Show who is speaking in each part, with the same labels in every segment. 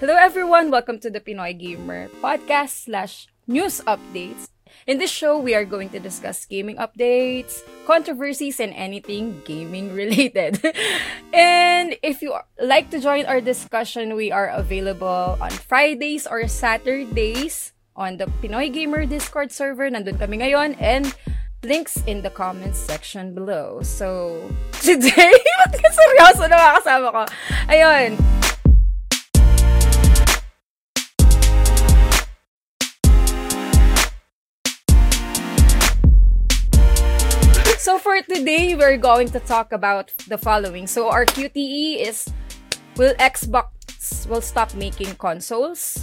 Speaker 1: Hello everyone, welcome to the Pinoy Gamer podcast slash news updates. In this show, we are going to discuss gaming updates, controversies, and anything gaming related. and if you like to join our discussion, we are available on Fridays or Saturdays on the Pinoy Gamer Discord server. Nandun kami ngayon and links in the comments section below. So, today, ba't ka seryoso na mga kasama ko? Ayun, So for today, we're going to talk about the following. So our QTE is will Xbox will stop making consoles?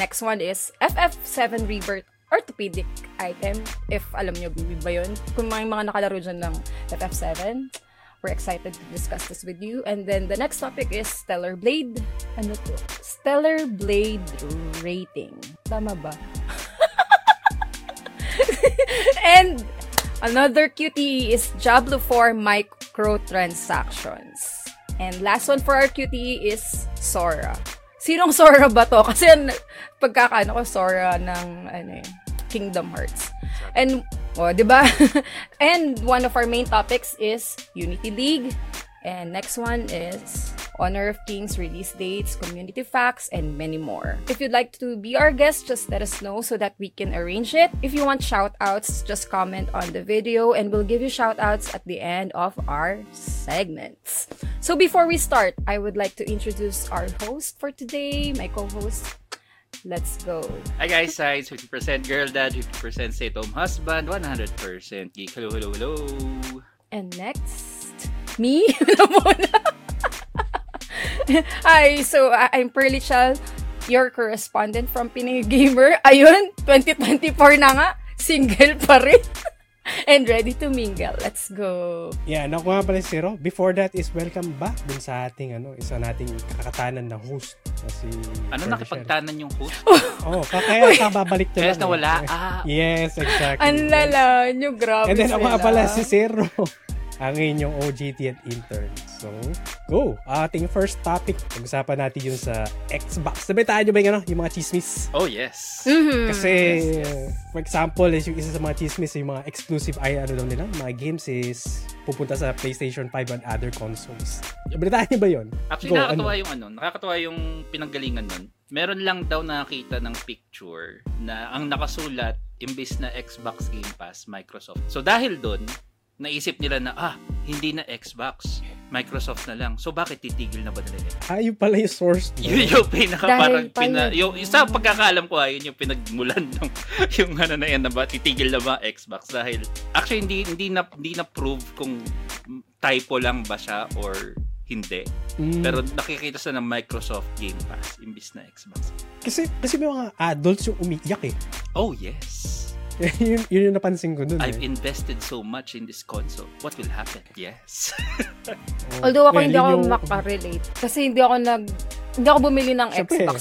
Speaker 1: Next one is FF7 Rebirth orthopedic item. If alam nyo ba yun, kung may mga nakalaro dyan ng FF7, we're excited to discuss this with you. And then the next topic is Stellar Blade. Ano to? Stellar Blade rating. Tama ba? And another QTE is Diablo 4 microtransactions. And last one for our QTE is Sora. Sinong Sora ba to? Kasi ang pagkakaano ko Sora ng ano eh, Kingdom Hearts. And oh, 'di ba? and one of our main topics is Unity League. And next one is Honor of Kings release dates, community facts, and many more. If you'd like to be our guest, just let us know so that we can arrange it. If you want shout outs, just comment on the video and we'll give you shout outs at the end of our segments. So before we start, I would like to introduce our host for today, my co host. Let's go.
Speaker 2: Hi guys, sides 50% girl dad, 50% stay at home husband, 100% geek. Hello, hello, hello.
Speaker 1: And next, me, na muna. Hi, so I- I'm Pearly Chal, your correspondent from Pinay Gamer. Ayun, 2024 na nga, single pa rin. And ready to mingle. Let's go.
Speaker 3: Yeah, ako nga pala si Ro. Before that is welcome back dun sa ating ano, isa nating kakatanan na host na si
Speaker 2: Ano
Speaker 3: Pearl Michelle.
Speaker 2: nakipagtanan yung host?
Speaker 3: Oh, pa- kaya kababalik na
Speaker 2: Kaya
Speaker 3: lang, eh.
Speaker 2: nawala. Ah,
Speaker 3: Yes, exactly.
Speaker 1: Ang lala nyo, grabe
Speaker 3: And then ako nga
Speaker 1: sila.
Speaker 3: pala si Zero. Ang inyong OGT at intern. So, go! Ating first topic, pag-usapan natin yung sa Xbox. Nabitaan nyo ba yung, ano, yung mga chismis?
Speaker 2: oh yes.
Speaker 1: Mhm.
Speaker 3: Kasi,
Speaker 2: Hmm, Yes, yes.
Speaker 3: for example, is yung isa sa mga chismis, yung mga exclusive ay ano daw nila, mga games is pupunta sa PlayStation 5 and other consoles. Nabitaan nyo ba yun?
Speaker 2: Actually, nakakatawa yung ano, nakakatawa yung pinanggalingan nun. Meron lang daw nakakita ng picture na ang nakasulat imbis na Xbox Game Pass, Microsoft. So dahil doon, naisip nila na, ah, hindi na Xbox, Microsoft na lang. So bakit titigil na ba nila yung
Speaker 3: Ah, yun pala yung source. nun.
Speaker 2: Yun yung pinaka
Speaker 1: Dahil
Speaker 2: parang
Speaker 1: pala-
Speaker 2: pina, yung, yung sa pagkakaalam ko ah, yun yung pinagmulan ng yung ano na yan na ba titigil na ba Xbox dahil actually hindi hindi na hindi na prove kung typo lang ba siya or hindi.
Speaker 1: Hmm.
Speaker 3: Mm.
Speaker 2: Pero nakikita sa ng Microsoft Game Pass imbis na Xbox.
Speaker 3: kasi, kasi may mga adults yung umiiyak eh.
Speaker 2: Oh yes.
Speaker 3: yun, yun yung napansin ko dun.
Speaker 2: I've
Speaker 3: eh.
Speaker 2: invested so much in this console. What will happen? Yes.
Speaker 3: Oh.
Speaker 1: Although ako
Speaker 3: Well,
Speaker 1: hindi
Speaker 3: yun
Speaker 1: ako
Speaker 3: yung-
Speaker 1: makarelate. Kasi hindi ako nag... Hindi ako bumili ng
Speaker 3: Siyempre.
Speaker 1: Xbox.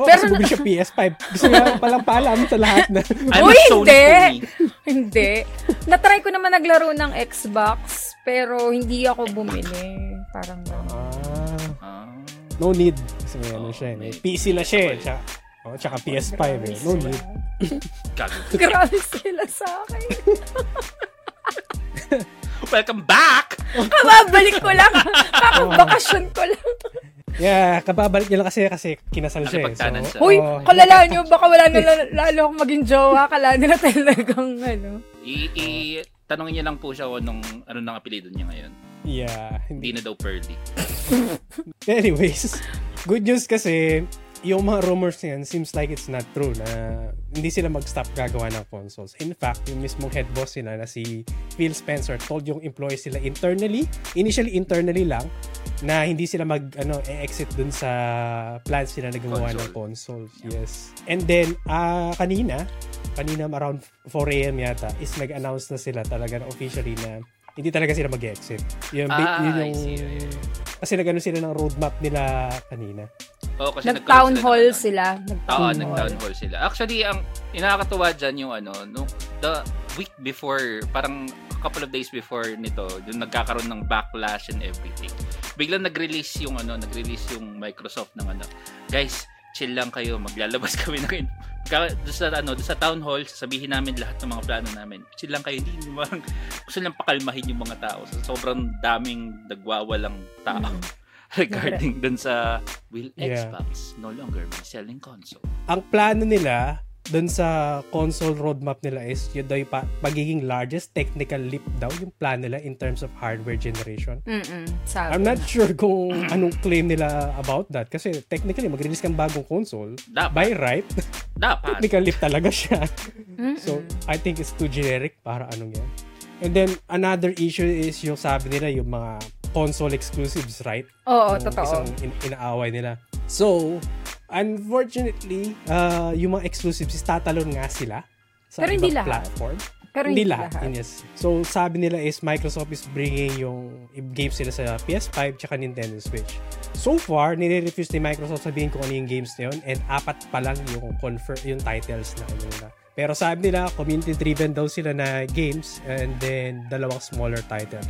Speaker 3: Oh,
Speaker 1: Pero
Speaker 3: kasi
Speaker 1: na-
Speaker 3: bumili siya PS5. Gusto niya palang paalam sa lahat na.
Speaker 2: I'm
Speaker 1: Uy,
Speaker 2: a Sony
Speaker 1: hindi!
Speaker 2: pony.
Speaker 1: Hindi. Natry ko naman naglaro ng Xbox, pero hindi ako bumili. Parang gano'n.
Speaker 2: Ah.
Speaker 3: ah, no need. Kasi may ano
Speaker 2: Oh,
Speaker 3: siya. eh.
Speaker 2: may-
Speaker 3: May PC na
Speaker 2: ako
Speaker 3: siya. eh.
Speaker 2: eh.
Speaker 3: Tsaka, oh, tsaka PS5. Eh. No need.
Speaker 2: Gago.
Speaker 1: Grabe sila sa akin.
Speaker 2: Welcome back.
Speaker 1: Kababalik ko lang. Kakabakasyon ko lang.
Speaker 3: Yeah, kababalik niya lang kasi kasi kinasal siya. Eh.
Speaker 2: Nakipagtanan siya.
Speaker 3: So,
Speaker 1: Uy,
Speaker 3: oh,
Speaker 1: kalala nyo, baka wala na la- lalo akong maging jowa. Kala nila talagang ano.
Speaker 2: I, i tanongin niya lang po siya kung anong, ano nang apelido niya ngayon.
Speaker 3: Yeah.
Speaker 2: Hindi na
Speaker 3: Hindi.
Speaker 2: daw Pearly.
Speaker 3: Anyways, good news kasi yung mga rumors na yan seems like it's not true na hindi sila mag-stop gagawa ng consoles. In fact, yung mismong head boss nila na si Phil Spencer told yung employees sila internally, initially internally lang, na hindi sila mag ano exit dun sa plans nila na gumawa ng consoles. Yes. And then ah kanina, kanina around 4 AM yata is nag-announce na sila talaga na officially na hindi talaga sila mag-exit. Yun,
Speaker 2: Ah,
Speaker 3: yun
Speaker 2: I
Speaker 3: yung
Speaker 2: see. Yeah, yeah.
Speaker 3: kasi nagano sila ng roadmap nila kanina.
Speaker 2: Oo, kasi
Speaker 1: Nag-town
Speaker 2: nagkaroon
Speaker 1: hall
Speaker 2: ng- ano.
Speaker 1: sila.
Speaker 2: Oo,
Speaker 1: Nag-town hall.
Speaker 2: nag-town hall sila. Actually, ang inakakatuwa dyan yung ano, no, the week before, parang a couple of days before nito, yung nagkakaroon ng backlash and everything. biglang nag-release yung ano, nag-release yung Microsoft ng ano. Guys, chill lang kayo, maglalabas kami ng Ka- doon sa ano, doon sa town hall, sasabihin namin lahat ng mga plano namin. Chill lang kayo, hindi naman gusto lang pakalmahin yung mga tao. So, sobrang daming nagwawalang tao
Speaker 1: Mm.
Speaker 2: regarding dun sa will
Speaker 3: Yeah.
Speaker 2: Xbox no longer be selling console.
Speaker 3: Ang plano nila doon sa console roadmap nila is yun daw yung pa- pagiging largest technical leap daw yung plan nila in terms of hardware generation.
Speaker 1: Mm-mm. Sabi.
Speaker 3: I'm not sure kung anong claim nila about that kasi technically mag-release kang bagong console
Speaker 2: Dapat,
Speaker 3: by right
Speaker 2: dapat.
Speaker 3: technical leap talaga siya.
Speaker 1: Mm-mm.
Speaker 3: So, I think it's too generic para anong yan. And then, another issue is yung sabi nila, yung mga console exclusives, right?
Speaker 1: Oo,
Speaker 3: Yung
Speaker 1: totoo.
Speaker 3: Isang in- inaaway nila. So, unfortunately, uh, yung mga exclusives, is tatalon nga sila sa
Speaker 1: Pero
Speaker 3: ibang
Speaker 1: hindi lahat.
Speaker 3: platform.
Speaker 1: Pero
Speaker 3: hindi lahat. yun, Yes. So, sabi nila is Microsoft is bringing yung games nila sa PS5 tsaka Nintendo Switch. So far, nire-refuse ni Microsoft sabihin kung ano yung games na yun and apat pa lang yung, confer- yung titles na ano nila. Pero sabi nila, community-driven daw sila na games and then dalawang smaller title.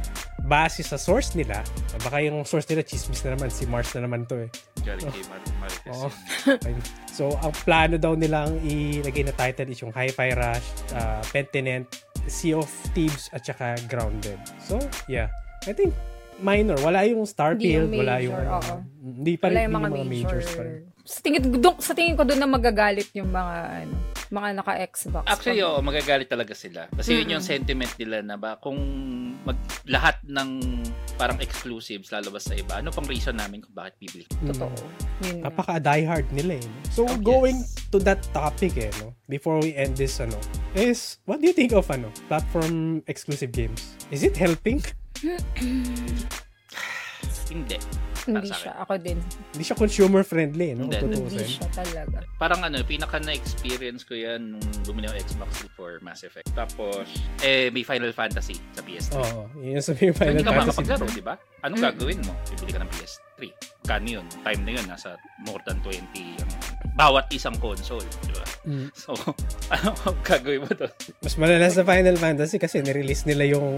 Speaker 3: Base sa source nila, baka yung source nila, chismis na naman, si Mars na naman to eh.
Speaker 2: Galing kay Mar- Marites.
Speaker 3: Oo. Ayun. so, ang plano daw nilang ilagay na title is yung Hi-Fi Rush, uh, Pentinent, Sea of Thieves, at saka Grounded. So, yeah. I think minor. Wala yung Starfield,
Speaker 1: Hindi yung
Speaker 3: wala
Speaker 1: major,
Speaker 3: yung... ano,
Speaker 1: oo.
Speaker 3: Hindi
Speaker 1: Wala
Speaker 3: pa rin
Speaker 1: yung mga, major.
Speaker 3: majors pa rin.
Speaker 1: Sa tingin, dun- sa tingin ko doon na magagalit yung mga ano, mga naka-Xbox.
Speaker 2: Actually, oo, magagalit talaga sila. Kasi
Speaker 1: Mm-mm.
Speaker 2: yun yung sentiment nila na ba, kung mag, lahat ng parang exclusives lalabas sa iba, ano pang reason namin kung bakit bibili?
Speaker 1: Totoo.
Speaker 3: Mm.
Speaker 1: Yun nga.
Speaker 3: Napaka-diehard nila eh. no? So,
Speaker 2: Oh,
Speaker 3: going
Speaker 2: yes.
Speaker 3: to that topic eh, no? Before we end this, ano, is, what do you think of, ano, platform exclusive games? Is it helping?
Speaker 2: Hindi.
Speaker 1: Hindi
Speaker 2: sa akin.
Speaker 1: siya. Ako din.
Speaker 3: Hindi siya consumer-friendly, eh, no?
Speaker 2: Hindi.
Speaker 3: Kung
Speaker 1: Hindi
Speaker 3: tutuusin.
Speaker 1: siya talaga.
Speaker 2: Parang ano, pinaka na-experience ko yan nung bumili ako ng Xbox for Mass Effect. Tapos, eh, may Final Fantasy sa PS3.
Speaker 3: Oo. Yun yung sabi yung
Speaker 2: Pero
Speaker 3: Final
Speaker 2: hindi ka
Speaker 3: Fantasy.
Speaker 2: makapaglaro, di ba? Anong
Speaker 1: Mm.
Speaker 2: gagawin mo? Bibili ka ng PS3. Kano yun? Time na yun. Nasa more than 20 ang bawat isang console. Di ba?
Speaker 3: Mm.
Speaker 2: So, ano ang gagawin mo doon?
Speaker 3: Mas malala sa Final Fantasy kasi nirelease nila yung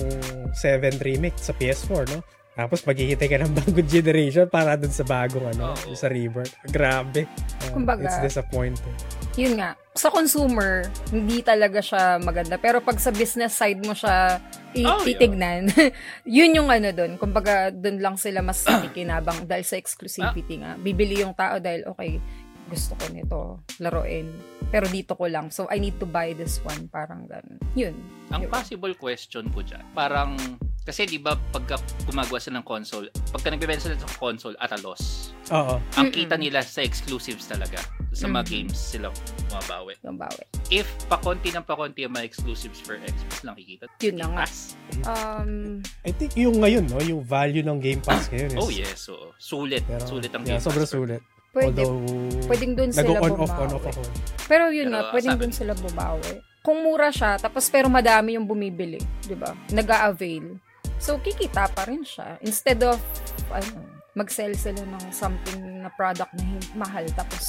Speaker 3: 7 remake sa PS4, no? Tapos maghihintay ka ng bagong generation para dun sa bagong ano,
Speaker 2: Oo.
Speaker 3: sa Rebirth. Grabe. Uh,
Speaker 1: Kumbaga-
Speaker 3: It's disappointing.
Speaker 1: Yun nga. Sa consumer, hindi talaga siya maganda. Pero pag sa business side mo siya i-
Speaker 2: Oh, yeah.
Speaker 1: titignan, yun yung ano doon. Kumbaga, doon lang sila mas nakikinabang dahil sa exclusivity nga. Bibili yung tao dahil, okay, gusto ko nito laruin. Pero dito ko lang. So, I need to buy this one. Parang ganun. Yun.
Speaker 2: Ang
Speaker 1: Yun.
Speaker 2: possible question ko dyan, parang, kasi di ba pagka gumagawa sila ng console, pagka nagbibenta sila ng console at a loss,
Speaker 3: Oo.
Speaker 2: ang
Speaker 1: Mm-mm.
Speaker 2: kita nila sa exclusives talaga. Sa mga
Speaker 1: Mhm.
Speaker 2: games sila bumabawi.
Speaker 1: Yung bawi.
Speaker 2: If pakonti ng pakonti ang mga exclusives for Xbox lang kikita.
Speaker 1: Yun na nga.
Speaker 2: Pass. Ah.
Speaker 1: Um,
Speaker 3: I think yung ngayon, no? Yung value ng Game Pass ngayon is...
Speaker 2: Oh yes, oo. Sulit.
Speaker 3: Pero,
Speaker 2: sulit ang
Speaker 3: yeah,
Speaker 2: Game
Speaker 3: Sobrang
Speaker 2: Pass for-
Speaker 3: sulit.
Speaker 1: pwede,
Speaker 3: Although,
Speaker 1: pwedeng doon sila
Speaker 3: nag-on off,
Speaker 1: bumawi.
Speaker 3: on off ako.
Speaker 1: Pero yun
Speaker 2: Pero, ah,
Speaker 1: nga, pwedeng
Speaker 2: sabi-
Speaker 1: dun sila bumawi. Kung mura siya, tapos pero madami yung bumibili, di ba? nag avail So, kikita pa rin siya. Instead of, ano, mag-sell sila ng something na product na hin- mahal, tapos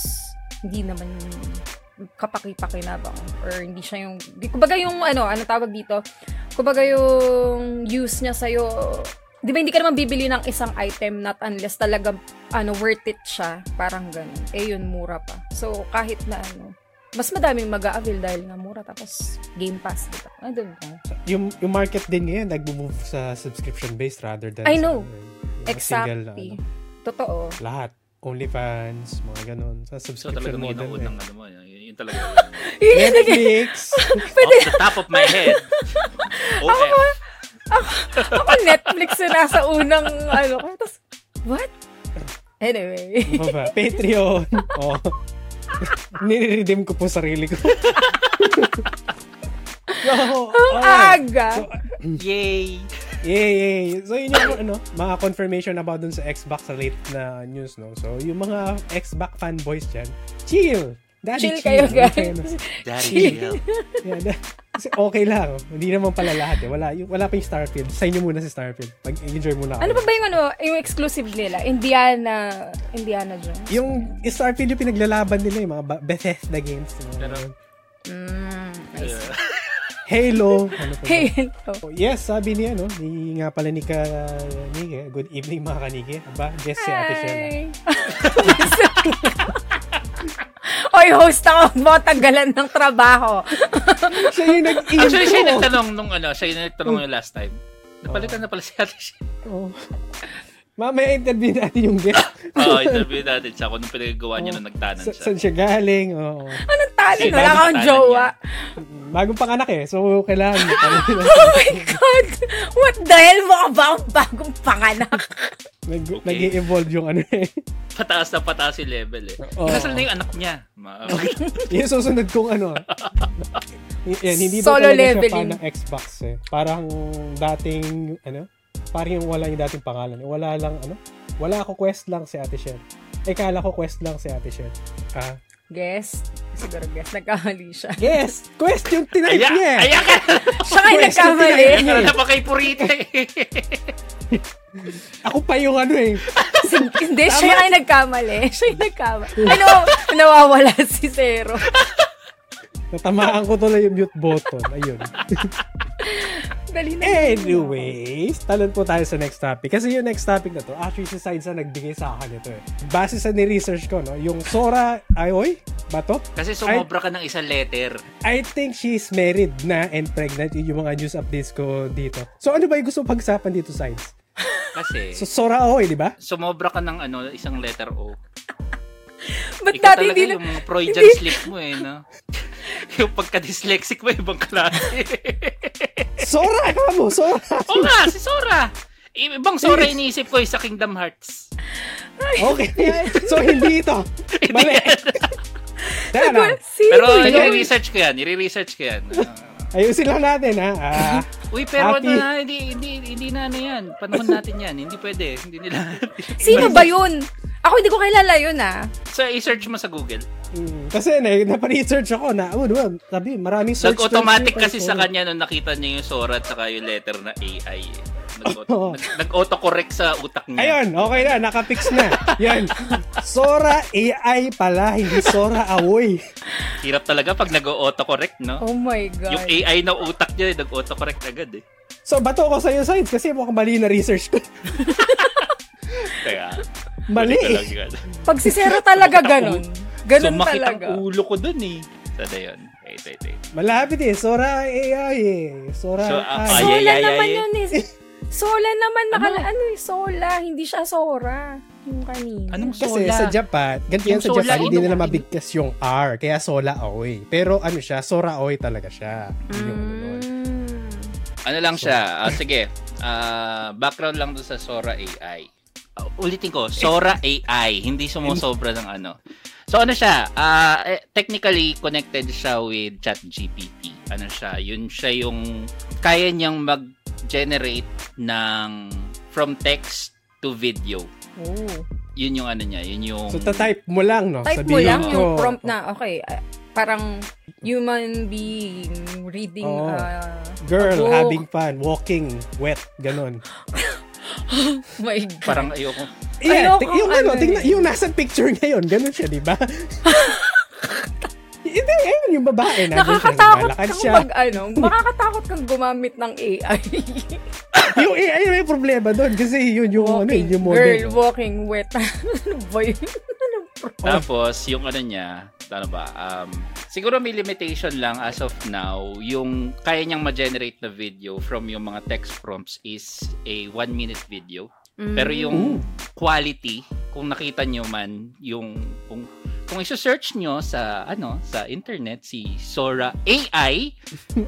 Speaker 1: hindi naman kapaki-pakinabang or hindi siya yung di- kumbaga yung ano ano tawag dito kumbaga yung use niya sa'yo di ba hindi ka naman bibili ng isang item not unless talaga ano worth it siya parang ganun eh yun mura pa so kahit na ano mas madaming mag avail dahil nga mura tapos game pass dito I don't know
Speaker 3: Yung, yung market din ngayon, nag-move sa subscription-based rather than...
Speaker 1: I know.
Speaker 3: Sa, yung mga single na,
Speaker 1: exactly
Speaker 3: ano,
Speaker 1: totoo
Speaker 3: lahat. OnlyFans, mga ganun. Sa
Speaker 2: So
Speaker 3: subscription
Speaker 2: talagang yun ang
Speaker 3: model. eh.
Speaker 2: unang ano mo. Yun, yun talaga. eh.
Speaker 3: Netflix!
Speaker 2: Off the top of my head. OF.
Speaker 1: ako Netflix na nasa unang ano ko tapos what anyway
Speaker 3: Ano ba? Patreon. Oh. Nire-redeem ko po sarili ko. no,
Speaker 1: ang aga
Speaker 2: Yay!
Speaker 3: Yeah, yeah, yeah. So, yun yung ano, mga confirmation about dun sa Xbox related na news, no? So, yung mga Xbox fanboys dyan, chill! Daddy,
Speaker 1: Chill kayo,
Speaker 3: Huwag
Speaker 1: guys.
Speaker 3: na-
Speaker 2: Daddy
Speaker 1: Chill.
Speaker 2: Hill.
Speaker 3: Yeah, da- kasi okay lang. Hindi naman pala lahat eh. Wala, yung, wala pa yung Starfield. Sa inyo muna si Starfield. Pag-enjoy muna
Speaker 1: ano
Speaker 3: kayo.
Speaker 1: pa ba yung ano yung exclusive nila Indiana Indiana Jones
Speaker 3: Yung Starfield yung pinaglalaban nila, yung mga Ba- Bethesda games. Yung,
Speaker 2: Pero,
Speaker 1: mm, I see.
Speaker 2: Yeah.
Speaker 3: Halo. Ano pa ba?
Speaker 1: Hey,
Speaker 3: Oh, Yes, sabi niya, no? Ni nga pala ni ka, Nige. Good evening, mga kanige. Aba, guest si Ate Shella.
Speaker 1: Hi. Oy, host ako. Mo, tanggalan ng trabaho.
Speaker 3: Siya yung nag-intro.
Speaker 2: Actually, siya yung nagtanong nung ano, siya yung nagtanong
Speaker 3: Hmm.
Speaker 2: nung last time. Napalitan na pala si Ate Shell.
Speaker 3: Oh. Mamaya interview natin yung guest.
Speaker 2: Oo, interview natin siya kung anong pinagagawa niya nung nagtanan
Speaker 3: Oh. Sa-
Speaker 2: siya.
Speaker 3: saan siya galing? Oo.
Speaker 1: Anong talent?
Speaker 2: Sige,
Speaker 1: Wala
Speaker 2: bagong
Speaker 1: kang
Speaker 2: talent
Speaker 1: jowa.
Speaker 2: yan.
Speaker 3: Bagong panganak eh. So, kailangan.
Speaker 1: Oh my God! What the hell? Mukha ba akong bagong panganak?
Speaker 3: Nag-
Speaker 2: Okay.
Speaker 3: Nag-evolve yung ano eh.
Speaker 2: Pataas na pataas yung level eh.
Speaker 3: Oo.
Speaker 2: Kasal na yung anak niya. Ma-
Speaker 3: Yung susunod kong ano. Y- yan, hindi ba
Speaker 1: Solo
Speaker 3: talaga siya fan
Speaker 1: leveling.
Speaker 3: ng Xbox eh. Parang dating, ano, parang yung wala yung dating pangalan. Wala lang, ano, wala ako quest lang si Ate Shen. Eh, kala ko quest lang si Ate Shen. Ah,
Speaker 1: Guess. Siguro guess. Nagkamali siya.
Speaker 3: yes! Quest yung tinipe
Speaker 2: Aya,
Speaker 3: niya! eh!
Speaker 2: aya ka!
Speaker 1: Siya kayo
Speaker 3: Question
Speaker 1: nagkamali.
Speaker 3: tonight.
Speaker 2: Ano na pa kay Purita eh.
Speaker 3: Ako pa yung ano eh.
Speaker 1: Sin- Hindi, siya kayo nagkamali. Siya yung nagkamali. Ano? Nawawala si Zero.
Speaker 3: Natamaan ko tuloy yung mute button. Ayun.
Speaker 1: Dali na.
Speaker 3: Anyways, talon po tayo sa next topic. Kasi yung next topic na to, actually si Sides na nagbigay sa akin ito eh. Base sa ni-research ko, no, yung Sora, ay, oy, bato?
Speaker 2: Kasi sumobra ka ng isang letter.
Speaker 3: I think she's married na and pregnant. Yun yung mga news updates ko dito. So ano ba yung gusto pag-usapan dito, Sides? So
Speaker 2: Kasi
Speaker 3: Sora Aoy, di ba?
Speaker 2: sumobra ka ng ano, isang letter O.
Speaker 1: Ba't
Speaker 2: Ikaw
Speaker 1: dati
Speaker 2: talaga
Speaker 1: hindi na...
Speaker 2: yung mga Freudian slip mo eh, no? yung pagka-dyslexic mo, ibang klase.
Speaker 3: Sora! Kama mo, Sora!
Speaker 2: Oo nga, si Sora! I- Ibang Sora iniisip ko yung sa Kingdom Hearts.
Speaker 3: Okay. So hindi ito. Mali. Teka
Speaker 1: Ano?
Speaker 3: lang.
Speaker 1: Sino
Speaker 2: Pero
Speaker 1: yun?
Speaker 2: nire-research ko yan, nire-research ko yan. Ah.
Speaker 3: Ayusin lang natin, ha? Ah,
Speaker 2: uy, pero ano
Speaker 3: Happy.
Speaker 2: na, hindi, hindi, hindi na ano yan. Panahon natin yan. Hindi pwede. Hindi nila.
Speaker 1: Sino ba yun? Ako hindi ko kilala yun ah.
Speaker 2: so, i-search mo sa Google.
Speaker 3: mm, kasi na, napa-research ako na, oh, diba, sabi, maraming search.
Speaker 2: Nag-automatic
Speaker 3: terms
Speaker 2: kasi sa
Speaker 3: yun, parang
Speaker 2: kanya nung nakita niya yung Sora at saka yung letter na AI. eh. Nag-auto-
Speaker 1: Oh.
Speaker 3: Oo.
Speaker 2: nag- Nag-autocorrect sa utak niya.
Speaker 3: Ayun, okay na, nakapix na. Yan. Sora AI pala, hindi Sora Aoy.
Speaker 2: Hirap talaga pag nag-autocorrect, no?
Speaker 1: Oh my God.
Speaker 2: Yung AI na utak niya, eh, nag-autocorrect agad eh.
Speaker 3: So, bato ko sa'yo, Sides, kasi mukhang mali na research ko.
Speaker 2: Kaya, ulit
Speaker 3: Mali
Speaker 2: na
Speaker 3: eh.
Speaker 2: lang yun.
Speaker 1: Pag si Zero talaga ganun. Ganun
Speaker 2: Sumakit ang
Speaker 1: talaga.
Speaker 2: ulo ko dun eh. Sana yun. Eh, ito, ito, ito.
Speaker 3: Malapit eh. Sora AI eh. Sora
Speaker 2: So,
Speaker 3: AI.
Speaker 2: ay-
Speaker 1: Sola
Speaker 2: ay, ay,
Speaker 1: naman
Speaker 2: ay.
Speaker 1: yun eh. Sola naman nakala. Ano eh, Sola. Hindi siya Sora. Yung kanina.
Speaker 2: Anong
Speaker 3: Kasi
Speaker 2: sola?
Speaker 3: sa Japan, ganito
Speaker 2: Yung
Speaker 3: yan sa
Speaker 2: Sola,
Speaker 3: Japan,
Speaker 1: ano
Speaker 3: hindi
Speaker 2: ino-
Speaker 3: nila mabigkas yung R. Kaya Sola Aoy. Pero ano siya, Sora Aoy talaga siya. Yun yung ano nun.
Speaker 1: Mm.
Speaker 2: Ano lang siya? Ah, sige. Ah, background lang dun sa Sora AI. Ah, ulitin ko, Sora AI. Hindi sumusobra ng ano. So ano siya? Ah, eh, technically connected siya with ChatGPT. Ano siya? Yun siya yung kaya niyang mag-generate ng from text to video.
Speaker 1: Oh.
Speaker 2: Yun yung ano niya, yun yung
Speaker 3: So, tatype mo lang, no?
Speaker 1: Type mo
Speaker 3: Sabihin
Speaker 1: lang
Speaker 2: ko.
Speaker 1: yung prompt na, okay, ah, parang human being reading
Speaker 3: Oo.
Speaker 1: ah, a
Speaker 3: Oh. Girl,
Speaker 1: book.
Speaker 3: having fun, walking, wet, ganon.
Speaker 1: Oh my God.
Speaker 2: parang ayoko.
Speaker 3: Yeah,
Speaker 1: Ayoko,
Speaker 3: ti- yung ano,
Speaker 1: ano eh.
Speaker 3: tingnan, yung nasa picture ngayon, ganun siya, di ba? Hindi, ayun, yung babae na.
Speaker 1: Nakakatakot
Speaker 3: siya.
Speaker 1: kang
Speaker 3: naglalakad siya.
Speaker 1: mag ano, makakatakot kang gumamit ng AI.
Speaker 3: yung AI may problema doon kasi yun yung ano,
Speaker 1: walking
Speaker 3: yun yung model.
Speaker 1: girl, walking wet. ano ba yun? Ano bro?
Speaker 2: Tapos, yung ano niya, ano ba, um, siguro may limitation lang as of now, yung kaya niyang ma-generate na video from yung mga text prompts is a one-minute video. Pero
Speaker 1: Mm.
Speaker 2: yung quality, kung nakita niyo man, yung, kung, kung isa-search niyo sa, ano, sa internet, si Sora AI,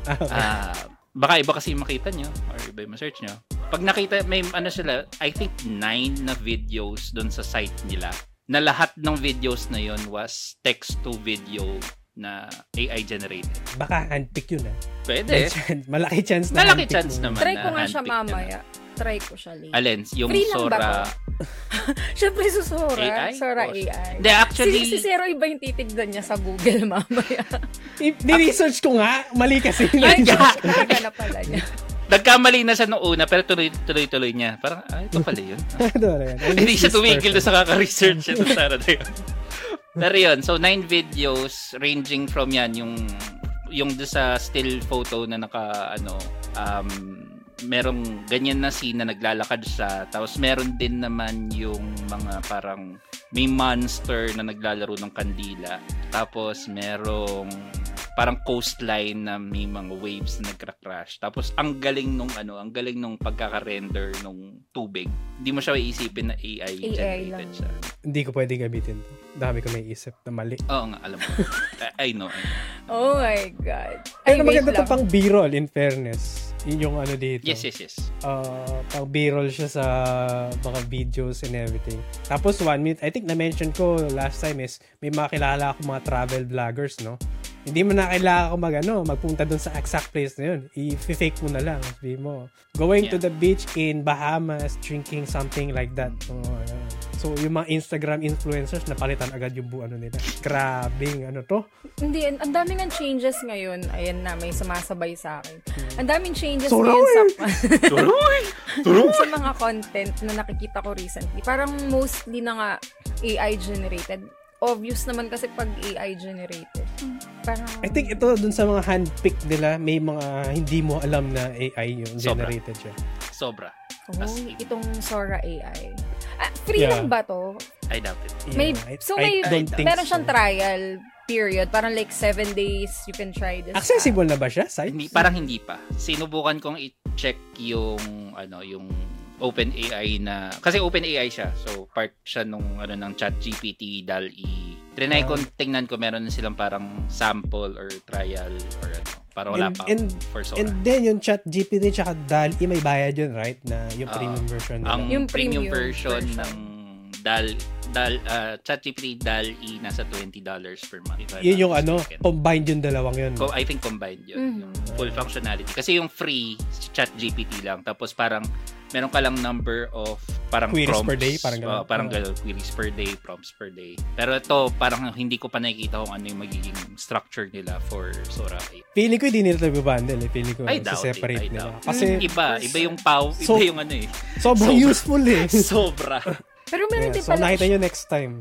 Speaker 2: ah, baka iba kasi yung makita nyo or iba yung search nyo. Pag nakita, may ano sila, I think nine na videos doon sa site nila na lahat ng videos na yon was text to video na AI generated.
Speaker 3: Baka handpick yun ah. May
Speaker 2: Pwede.
Speaker 3: chance- malaki chance na
Speaker 2: Malaki
Speaker 3: handpick
Speaker 2: chance
Speaker 3: mo.
Speaker 2: naman.
Speaker 1: Try
Speaker 2: na
Speaker 1: ko nga siya
Speaker 2: handpick na
Speaker 1: mamaya. Try ko siya
Speaker 2: na.
Speaker 1: later.
Speaker 2: Alens, yung
Speaker 1: Free lang ba
Speaker 2: Sora.
Speaker 1: Siyempre si Sora.
Speaker 2: AI?
Speaker 1: Sora
Speaker 2: Oh,
Speaker 1: AI.
Speaker 2: Hindi, actually,
Speaker 1: si, si Zero iba yung titignan niya sa Google mamaya.
Speaker 3: I- Ni-research ko nga, mali kasi.
Speaker 1: Ay, gosh, na pala niya.
Speaker 2: nagkamali na siya noong una, pero tuloy- tuloy-tuloy niya. Parang, ah, ito pala yun.
Speaker 3: Doon, ayan. I
Speaker 2: Hindi
Speaker 3: wish
Speaker 2: siya
Speaker 3: this
Speaker 2: tumigil na
Speaker 3: person.
Speaker 2: sa ano kaka-research siya sa Saturday. Pero yun, so nine videos ranging from yan, yung yung doon sa still photo na naka ano um merong ganyan na scene na naglalakad siya tapos meron din naman yung mga parang may monster na naglalaro ng kandila tapos merong parang coastline na may mga waves na nagka-crash tapos ang galing nung ano ang galing nung pagkaka-render nung tubig hindi mo siya iisipin na AI,
Speaker 1: AI
Speaker 2: generated
Speaker 1: lang.
Speaker 2: siya
Speaker 3: Hindi ko pwedeng gamitin to. Dami ko may isip na mali.
Speaker 2: oo nga alam ko I, I know
Speaker 1: Oh my God.
Speaker 3: Pero
Speaker 1: wait
Speaker 3: maganda to
Speaker 1: lang.
Speaker 3: pang B-roll, in fairness. Yun yung ano dito.
Speaker 2: yes yes yes
Speaker 3: uh, pang B-roll siya sa mga videos and everything. Tapos one minute, I think na-mention ko last time is may makilala ako mga travel vloggers, no? Hindi mo na kailangan kung mag, ano, magpunta dun sa exact place na yun. I-fake mo na lang. Sabi mo, going to
Speaker 2: Yeah.
Speaker 3: the beach in Bahamas, drinking something like that. Oo, ano. So, yung mga Instagram influencers, napalitan agad yung buo ano nila. Grabing, ano to?
Speaker 1: Hindi, ang ang daming ang changes ngayon. Ayan na, may sumasabay sa akin. Ang
Speaker 2: Hmm.
Speaker 1: daming changes
Speaker 3: Sorry!
Speaker 1: ngayon sa,
Speaker 2: tuloy
Speaker 1: sa mga content na nakikita ko recently. Parang mostly na nga AI generated. Obvious naman kasi pag AI generated. Parang...
Speaker 3: Hmm. I think ito dun sa mga handpick nila, may mga hindi mo alam na AI yung
Speaker 2: Sobra.
Speaker 3: generated siya.
Speaker 2: sobra
Speaker 1: Oh,
Speaker 2: As in-
Speaker 1: itong Sora AI. Ah, free
Speaker 3: Yeah.
Speaker 1: lang ba to?
Speaker 2: I doubt it
Speaker 3: Yeah,
Speaker 1: May,
Speaker 3: I-
Speaker 1: so
Speaker 3: I
Speaker 1: may,
Speaker 3: don't think
Speaker 1: meron
Speaker 3: so.
Speaker 1: siyang trial period. Parang like seven days you can try this.
Speaker 3: Accessible na ba siya? Site?
Speaker 2: Hindi, parang hindi pa. Sinubukan kong i-check yung ano yung OpenAI na kasi OpenAI siya. So part siya nung ano ng ChatGPT DALL-E. Trinay ko tingnan ko meron silang parang sample or trial or ano. Para wala
Speaker 3: And-
Speaker 2: pa
Speaker 3: and-
Speaker 2: for Sora.
Speaker 3: And then yung chat GPT tsaka DALL-E may bayad yun, right? Na yung
Speaker 2: Ah,
Speaker 3: premium version nila.
Speaker 2: ang
Speaker 1: Yung premium
Speaker 2: premium, version,
Speaker 1: version.
Speaker 2: ng DAL DAL ah, ChatGPT DALL-E nasa $20 per month. if I'm
Speaker 3: yun
Speaker 2: not
Speaker 3: yung ano,
Speaker 2: mistaken.
Speaker 3: combined yung dalawang yun.
Speaker 2: Co- I think combined yun.
Speaker 1: Mhm.
Speaker 2: Yung full functionality. Kasi yung free, chat GPT lang. Tapos parang, meron ka lang number of parang
Speaker 3: Queries
Speaker 2: prompts.
Speaker 3: per day, parang ganun.
Speaker 2: Oo, parang
Speaker 3: Ah.
Speaker 2: ganun. Queries per day, prompts per day. Pero ito, parang hindi ko pa nakikita kung ano yung magiging structure nila for Sora.
Speaker 3: Feeling ko hindi nila ito bundle eh. Feeling ko
Speaker 2: I doubt it.
Speaker 3: separate
Speaker 2: I
Speaker 3: nila.
Speaker 2: doubt it. Mm,
Speaker 3: Kasi
Speaker 2: Iba. Iba yung pow, iba
Speaker 3: So-
Speaker 2: yung ano eh.
Speaker 3: sobrang
Speaker 2: Sobra.
Speaker 3: useful eh.
Speaker 2: Sobra.
Speaker 1: Pero meron
Speaker 3: Yeah,
Speaker 1: din
Speaker 3: so
Speaker 1: pala.
Speaker 3: nakita nyo next time.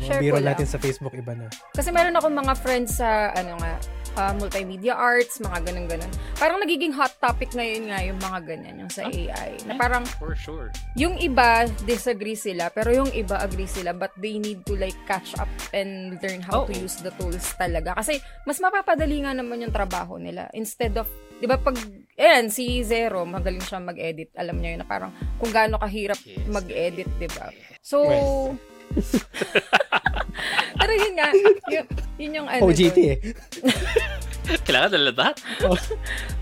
Speaker 3: Mga
Speaker 1: Share ko
Speaker 3: biro
Speaker 1: lang.
Speaker 3: natin sa Facebook, iba na.
Speaker 1: Kasi meron akong mga friends sa, ano nga, ah, multimedia arts, mga ganun-ganun. Parang nagiging hot topic ngayon nga yung mga ganyan, yung sa
Speaker 2: Ah,
Speaker 1: AI. Na parang,
Speaker 2: For sure.
Speaker 1: yung iba, disagree sila, pero yung iba, agree sila. But they need to like catch up and learn how to
Speaker 2: Oo.
Speaker 1: use the tools talaga. Kasi, mas mapapadali nga naman yung trabaho nila. Instead of, di ba pag, ayan, si Zero, magaling siya mag-edit. Alam niya yun na parang, kung gaano kahirap
Speaker 2: Yes.
Speaker 1: mag-edit, di ba? So,
Speaker 3: Well.
Speaker 1: pero yun nga, yun, yun yung ano.
Speaker 3: OGT
Speaker 1: dun.
Speaker 3: eh.
Speaker 2: Kailangan na lahat.
Speaker 3: Oh,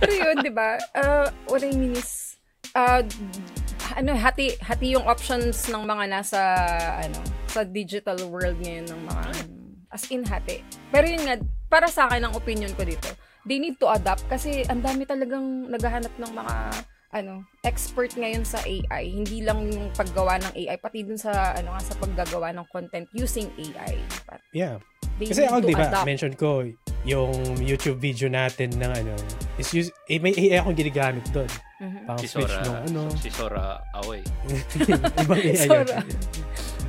Speaker 1: Pero yun, di ba? Uh, what I mean is, uh, ano, hati, hati yung options ng mga nasa, ano, sa digital world ngayon ng mga,
Speaker 3: Ah.
Speaker 1: as in hati. Pero yun nga, para sa akin, ang opinion ko dito, they need to adapt kasi ang dami talagang naghahanap ng mga ano, expert ngayon sa AI. Hindi lang yung paggawa ng AI, pati dun sa, ano nga, sa paggagawa ng content using AI.
Speaker 3: Yeah.
Speaker 1: They
Speaker 3: Kasi
Speaker 1: need
Speaker 3: ako,
Speaker 1: to
Speaker 3: di ba,
Speaker 1: adapt.
Speaker 3: mention ko, yung YouTube video natin ng ano, is use, eh, may AI akong ginagamit doon.
Speaker 1: Mhm.
Speaker 3: Pang
Speaker 2: Si
Speaker 3: switch
Speaker 2: Sora.
Speaker 3: nung ano.
Speaker 2: Si Sora Aoy.
Speaker 3: Ibang AI yun.
Speaker 1: Sora.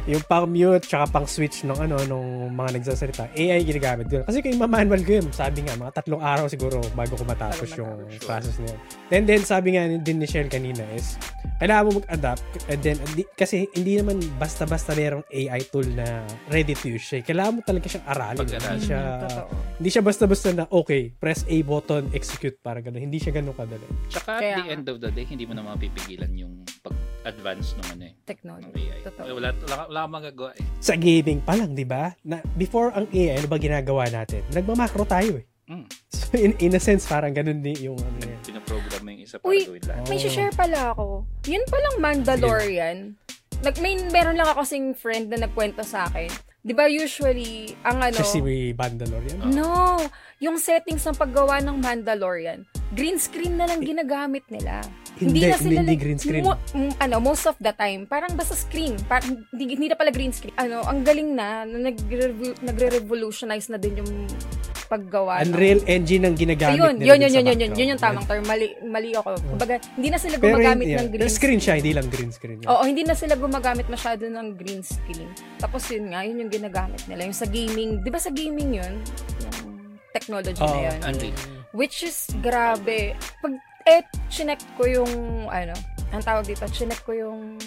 Speaker 3: Yung pang mute tsaka pang switch nung ano nung mga nagsasalita, AI ginagamit ko. yun. Kasi kung manual ko yun, sabi nga mga tatlong araw siguro bago ko matapos
Speaker 1: Bago
Speaker 3: yung
Speaker 2: matapos.
Speaker 3: classes na yun. And then sabi nga din ni Shell kanina is kailangan mo mag-adapt and then di- kasi hindi naman basta-basta merong AI tool na ready to use siya. Kailangan mo talaga siyang aralin.
Speaker 2: Pag-aralan.
Speaker 3: Hindi siya,
Speaker 1: Mm-hmm. Totoo.
Speaker 3: hindi siya basta-basta na okay, press A button, execute, para ganun. Hindi siya ganun kadali.
Speaker 2: Tsaka
Speaker 1: Kaya
Speaker 2: at the
Speaker 1: nga.
Speaker 2: end of the day, hindi mo na mapipigilan yung pag-advance ng ano eh. ng
Speaker 1: Technology.
Speaker 2: AI.
Speaker 1: Totoo.
Speaker 2: Eh, Wala, wala, wala kang magagawa eh.
Speaker 3: Sa gaming pa lang, di ba? Na, before ang AI, ano ba ginagawa natin? Nagmamakro tayo eh.
Speaker 2: Mm.
Speaker 3: So, in, in a sense, parang ganun din yung ano yan.
Speaker 2: Pinaprogram mo yung isa para
Speaker 1: Uy,
Speaker 2: gawin lahat.
Speaker 1: May
Speaker 3: Oo.
Speaker 1: share pala ako. Yun palang Mandalorian. Nag, may, meron lang ako kasing friend na nagkwento sa akin. Di ba usually, ang ano...
Speaker 3: Siya si Mandalorian.
Speaker 1: No! Yung settings ng paggawa ng Mandalorian, green screen na lang ginagamit nila.
Speaker 3: Eh, Hindi,
Speaker 1: na sila
Speaker 3: hindi, hindi
Speaker 1: like-
Speaker 3: green screen.
Speaker 1: mo- m- ano, most of the time, parang basta screen. Parang, hindi, hindi na pala green screen. Ano, ang galing na, na nagre-revo- nagre-revolutionize na din yung paggawa. ng-
Speaker 3: Unreal Engine ang ginagamit
Speaker 1: Ayun,
Speaker 3: nila
Speaker 1: yun,
Speaker 3: dun
Speaker 1: yun,
Speaker 3: sa
Speaker 1: yun, yun, yun,
Speaker 3: background. Mm.
Speaker 1: yun yung tamang term. Mali, mali ako. Kumbaga, hindi na sila
Speaker 3: Pero
Speaker 1: gumagamit
Speaker 3: yun,
Speaker 1: ng
Speaker 3: yeah.
Speaker 1: green
Speaker 3: screen siya, hindi lang green screen.
Speaker 1: Oo, hindi na sila gumagamit masyado ng green screen. Tapos yun nga, yun yung ginagamit nila. Yung sa gaming, di ba sa gaming yun? Yung technology
Speaker 3: Oh,
Speaker 1: na Ano yun.
Speaker 2: Unreal.
Speaker 1: Which is, grabe. Pag, eh, chinek ko yung, ano, ang tawag dito, chinek ko yung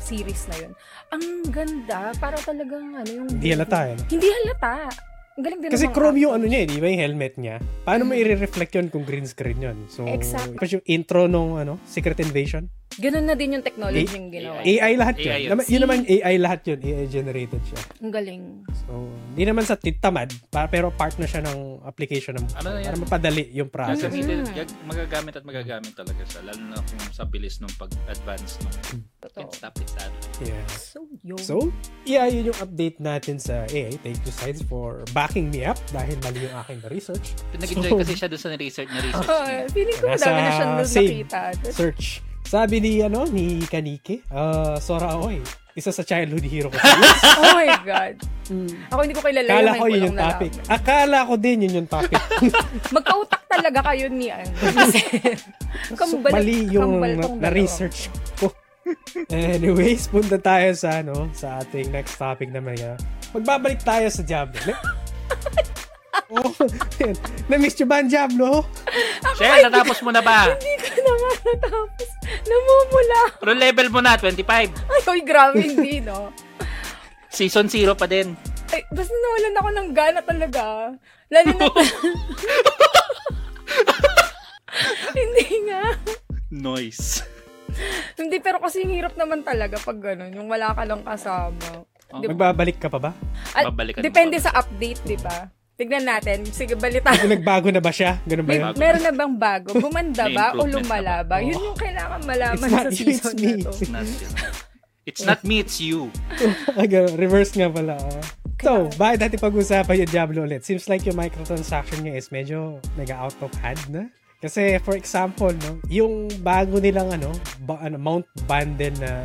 Speaker 1: series na yun. Ang ganda. Para talagang, ano, yung...
Speaker 3: Hindi halata yun.
Speaker 1: Hindi halata. Ang galing din
Speaker 3: Kasi
Speaker 1: ng mga
Speaker 3: chrome yung
Speaker 1: actors.
Speaker 3: ano niya, eh, di ba yung helmet niya? Paano mo i-reflect yun kung green screen yun? So,
Speaker 1: Exactly.
Speaker 3: tapos yung intro nung ano, Secret Invasion.
Speaker 1: Ganun na din yung technology
Speaker 3: A-
Speaker 1: yung ginawa.
Speaker 2: A-
Speaker 3: AI lahat yun.
Speaker 2: AI yun.
Speaker 3: Naman, yun naman AI lahat yun. AI generated siya.
Speaker 1: Ang galing.
Speaker 3: So, hindi naman sa titamad, pa, pero part na siya ng application ng
Speaker 2: Ano na yan?
Speaker 3: para mapadali yung
Speaker 2: Ah,
Speaker 3: process.
Speaker 2: Gagamitin, gag- magagamit at magagamit talaga siya. Lalo na kung sa bilis nung pag-advance nung
Speaker 1: Totoo.
Speaker 2: can't stop it that.
Speaker 3: Yeah.
Speaker 1: So, yun.
Speaker 3: So, yeah, yun yung update natin sa AI. Thank you, Sides, for backing me up dahil mali yung aking research.
Speaker 2: Nag-enjoy kasi siya doon sa research na research
Speaker 1: Oh,
Speaker 2: niya.
Speaker 1: feeling ko
Speaker 3: Nasa
Speaker 1: madami na siyang doon
Speaker 3: save.
Speaker 1: nakita.
Speaker 3: Search. Sabi ni, ano, ni Kanike, uh, Sora Aoy, isa sa childhood hero ko.
Speaker 1: Oh my God. Ako hindi ko kilala
Speaker 3: Akala
Speaker 1: ngayon
Speaker 3: ko yun
Speaker 1: ko
Speaker 3: yung
Speaker 1: lang
Speaker 3: topic.
Speaker 1: nalaman.
Speaker 3: Akala ko din yun yung topic.
Speaker 1: Magkautak talaga kayo ni ano. Kasi,
Speaker 3: so,
Speaker 1: kambal-
Speaker 3: mali yung
Speaker 1: kambal tong
Speaker 3: na- na-research ko. Anyways, punta tayo sa ano, sa ating next topic naman yan. Magbabalik tayo sa Diablo. Na- oh, yan. na-miss nyo ba ang Diablo?
Speaker 2: Shell, natapos mo na ba?
Speaker 1: dalawa. Hindi ko na nga natapos. Namumula.
Speaker 2: Pro level mo na, 25.
Speaker 1: Ay, oy, grabe hindi, no?
Speaker 2: Season 0 pa din.
Speaker 1: Ay, basta nawalan ako ng gana talaga. Lalo na... hindi nga.
Speaker 2: Noise.
Speaker 1: Hindi, pero kasi hirap naman talaga pag ganun. Yung wala ka lang kasama.
Speaker 2: Oh.
Speaker 1: Di-
Speaker 3: Magbabalik ka pa ba?
Speaker 1: At
Speaker 2: Babalikan mo
Speaker 1: depende
Speaker 2: pa.
Speaker 1: sa update, di ba? Tignan natin. Sige, balita.
Speaker 3: Kung nagbago na ba siya? Ganun ba
Speaker 1: May,
Speaker 3: yun?
Speaker 2: bago.
Speaker 1: meron na bang bago? Gumanda
Speaker 2: May
Speaker 1: ba o
Speaker 2: improvement
Speaker 1: lumala
Speaker 2: na Oh.
Speaker 1: ba?
Speaker 3: ba?
Speaker 1: Yun yung kailangan malaman
Speaker 3: It's not
Speaker 1: sa
Speaker 3: you,
Speaker 1: season na
Speaker 3: it's me.
Speaker 1: to.
Speaker 2: It's not you. It's not me, it's you.
Speaker 3: Ah, ganun. Reverse nga pala. ah. So, bakit natin pag-usapan yung Diablo ulit? Seems like yung microtransaction niya is medyo mega out of hand na. Kasi for example, no, yung bago nilang ano, ba- ano, Mount Bandel na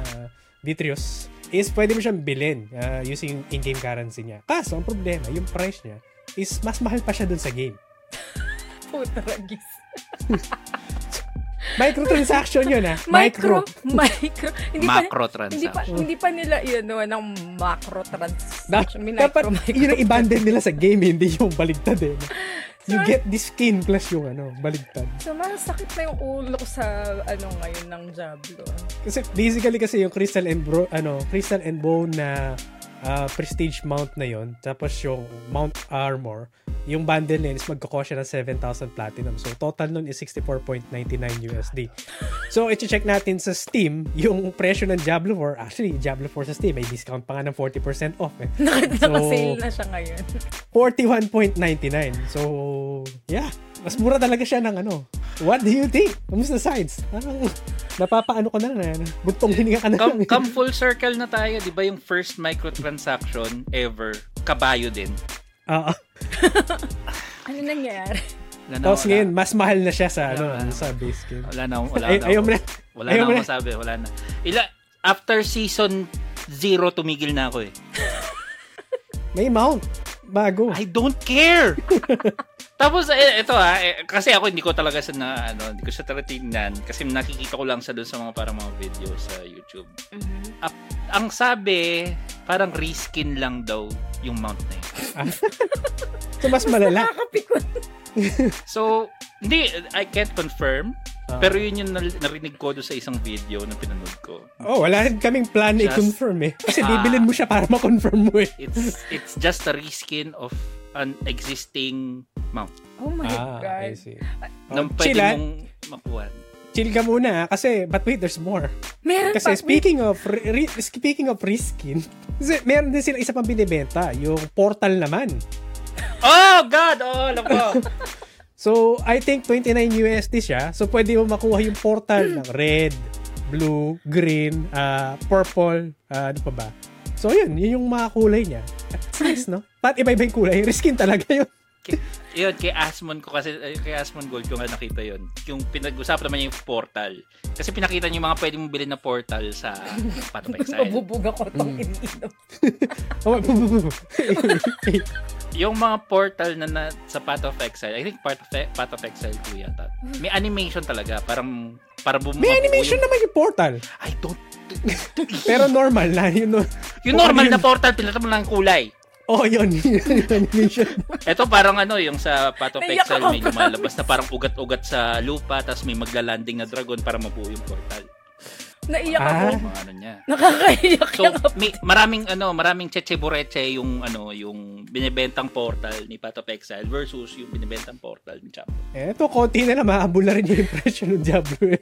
Speaker 3: Vitreous is pwede mo siyang bilhin ah, using yung in-game currency niya. Kaso, ang problema, yung price niya is mas mahal pa siya dun sa game.
Speaker 1: Puta ragis.
Speaker 3: Microtransaction yun ah.
Speaker 1: Micro, micro. Hindi pa,
Speaker 2: Macro
Speaker 1: hindi pa,
Speaker 2: transaction.
Speaker 1: hindi pa nila yun, no, ng macro
Speaker 3: Da-
Speaker 1: transaction. May
Speaker 3: dapat
Speaker 1: micro, micro.
Speaker 3: yun ang i-bundle nila sa game, hindi yung baligtad eh. You get this skin plus yung ano, baligtad.
Speaker 1: So, masakit na yung ulo ko sa, ano ngayon, ng Diablo.
Speaker 3: Kasi basically kasi yung Crystal and Bro, ano, Crystal and Bone na ah, prestige mount na yon tapos yung mount armor yung bundle na yun is magkako siya ng 7,000 platinum so total nun is 64.99 USD so iti-check natin sa Steam yung presyo ng Diablo 4 actually Diablo 4 sa Steam may discount pa nga ng 40% off eh.
Speaker 1: Nakita
Speaker 3: So,
Speaker 1: sale na siya ngayon.
Speaker 3: 41.99. So, yeah. Mas mura talaga siya ng ano. What do you think? Kamusta sides? Parang, napapaano ko na lang. eh. Buntong hininga ka na lang.
Speaker 2: Come,
Speaker 3: eh.
Speaker 2: come full circle na tayo, di ba yung first microtransaction ever, kabayo din.
Speaker 3: Oo.
Speaker 1: Ano nangyari?
Speaker 2: Wala na,
Speaker 3: Tapos
Speaker 2: wala.
Speaker 3: ngayon, mas mahal na siya sa, ano,
Speaker 2: Wala na.
Speaker 3: sa base game.
Speaker 2: Wala na, wala
Speaker 3: Ay-
Speaker 2: na.
Speaker 3: ayaw mo na.
Speaker 2: Wala
Speaker 3: Ayaw
Speaker 2: na
Speaker 3: mo
Speaker 2: akong
Speaker 3: na.
Speaker 2: masabi, wala na. Ila, after season 0, tumigil na ako eh.
Speaker 3: May mount. Bago.
Speaker 2: I don't care. Tapos eh, ito ah, eh, kasi ako hindi ko talaga sa na, ano, hindi ko siya talaga tingnan kasi nakikita ko lang sa doon sa mga parang mga video sa YouTube.
Speaker 3: Mm-hmm.
Speaker 2: Ap- ang sabi, parang reskin lang daw yung mount na yun.
Speaker 3: So, mas malala.
Speaker 1: Nakakapikon.
Speaker 2: So, hindi, I can't confirm.
Speaker 3: Ah.
Speaker 2: Pero yun yung nal- narinig ko doon sa isang video na pinanood ko.
Speaker 3: Oh, wala rin kaming plan na
Speaker 2: Just-
Speaker 3: i-confirm eh. Kasi
Speaker 2: Ah.
Speaker 3: bibilin mo siya para ma-confirm mo eh.
Speaker 2: It's it's just a reskin of an existing mount
Speaker 1: Oh my
Speaker 3: Ah,
Speaker 1: God.
Speaker 3: I see.
Speaker 2: na
Speaker 3: Oh,
Speaker 2: pwede
Speaker 3: chill, ah.
Speaker 2: mong makuha.
Speaker 3: Chill ka muna ah, kasi, but wait, there's more.
Speaker 1: Meron
Speaker 3: Kasi
Speaker 1: pa. May-
Speaker 3: speaking of re- re- speaking of reskin, kasi meron din sila isa pang binibenta, yung Portal naman.
Speaker 2: Oh God! Oh, alam ko.
Speaker 3: So, I think 29 USD siya. So, pwede mo makuha yung Portal ng red, blue, green, ah, purple, ah, ano pa ba? So, yun. Yun yung mga kulay niya. It's nice, no? Pat iba-iba yung kulay. Reskin talaga yun.
Speaker 2: K- yun, kay Asmon ko kasi, eh, kay Asmon Gold ko nga nakita yun. Yung pinag-usapan naman niya yung portal. Kasi pinakita niya yung mga pwede mong bilhin na portal sa Path of Exile.
Speaker 1: Mabubog ako itong
Speaker 3: Mm.
Speaker 1: iniinom.
Speaker 3: Oh,
Speaker 2: yung mga portal na, na sa Path of Exile, I think Path of, E, Path of Exile 2 yata. May animation talaga. Parang, para bumuha.
Speaker 3: May animation naman yung Portal.
Speaker 2: I don't...
Speaker 3: Pero normal na. Yun, no?
Speaker 2: Yung
Speaker 3: Kung ano
Speaker 2: normal
Speaker 3: yun.
Speaker 2: na portal, pinata mo lang ang kulay.
Speaker 3: Oh, yun. Yun yung animation.
Speaker 2: Ito parang ano, yung sa Path of
Speaker 1: Naiyak
Speaker 2: Exile
Speaker 1: ako,
Speaker 2: may lumalabas na parang ugat-ugat sa lupa tapos may maglalanding na dragon para mabuo yung portal.
Speaker 1: Naiyak ako.
Speaker 3: Ah.
Speaker 2: Yung mga ano niya.
Speaker 1: Nakakaiyak
Speaker 2: So,
Speaker 1: yung
Speaker 2: may, maraming ano, maraming cheche-bureche yung ano, yung binibentang portal ni Path of Exile versus yung binibentang portal ni Chapo.
Speaker 3: Eh, Ito, konti na lang. Mahabol na rin yung impression ng Diablo eh.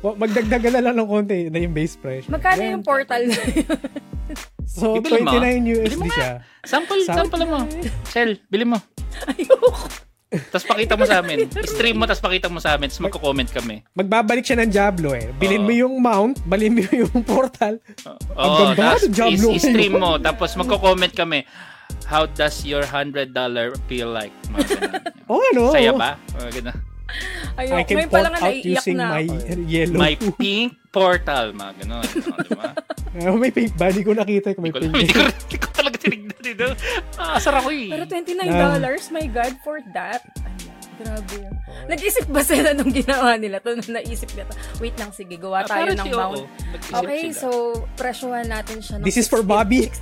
Speaker 3: Wa- Magdagdagan na lang ng konti na yung base price.
Speaker 1: Magkano
Speaker 3: Yan.
Speaker 1: yung portal na yun?
Speaker 3: So,
Speaker 2: Bibili mo?
Speaker 3: 29
Speaker 2: Bili
Speaker 3: USD
Speaker 2: mo nga.
Speaker 3: siya.
Speaker 2: Sample,
Speaker 3: Sample.
Speaker 2: sample mo. Sel, bili mo.
Speaker 1: Ayoko.
Speaker 2: Tapos pakita mo sa amin. Stream mo, tapos pakita mo sa amin. Tapos magko-comment kami.
Speaker 3: Magbabalik siya ng Diablo eh. Bilin
Speaker 2: Oo.
Speaker 3: mo yung mount, balin mo yung portal.
Speaker 2: Oo,
Speaker 3: ganda,
Speaker 2: tapos
Speaker 3: Diablo
Speaker 2: Oh, is- stream
Speaker 3: ngayon.
Speaker 2: mo. Tapos magko-comment kami. How does your $100 feel like? Mga ganun.
Speaker 3: Oh, ano?
Speaker 2: Saya ba? Mga ganun.
Speaker 1: Ayoko.
Speaker 3: I can
Speaker 1: Ngayon pala
Speaker 3: port
Speaker 1: nga
Speaker 3: out
Speaker 1: naiiyak
Speaker 3: using
Speaker 1: na
Speaker 3: my
Speaker 1: ako. eh.
Speaker 3: yellow.
Speaker 2: My pink portal. Mga ganun. Oh, diba?
Speaker 3: Ah, may pink ba? Hindi ko nakita kung
Speaker 2: Hindi
Speaker 3: may
Speaker 2: ko, hindi
Speaker 3: pink.
Speaker 2: ko, hindi ko talaga tinignan dito. Asar ako eh.
Speaker 1: Pero $29, my God, for that? Ay, grabe yun. Nag-isip ba sila nung ginawa nila to? Nung naisip nila to? Wait lang, sige, gawa tayo ng
Speaker 2: Apparently, oo.
Speaker 1: mount.
Speaker 2: Nag-isip
Speaker 1: Okay,
Speaker 2: sila.
Speaker 1: so, presyohan natin siya ng
Speaker 3: This is for Bobby.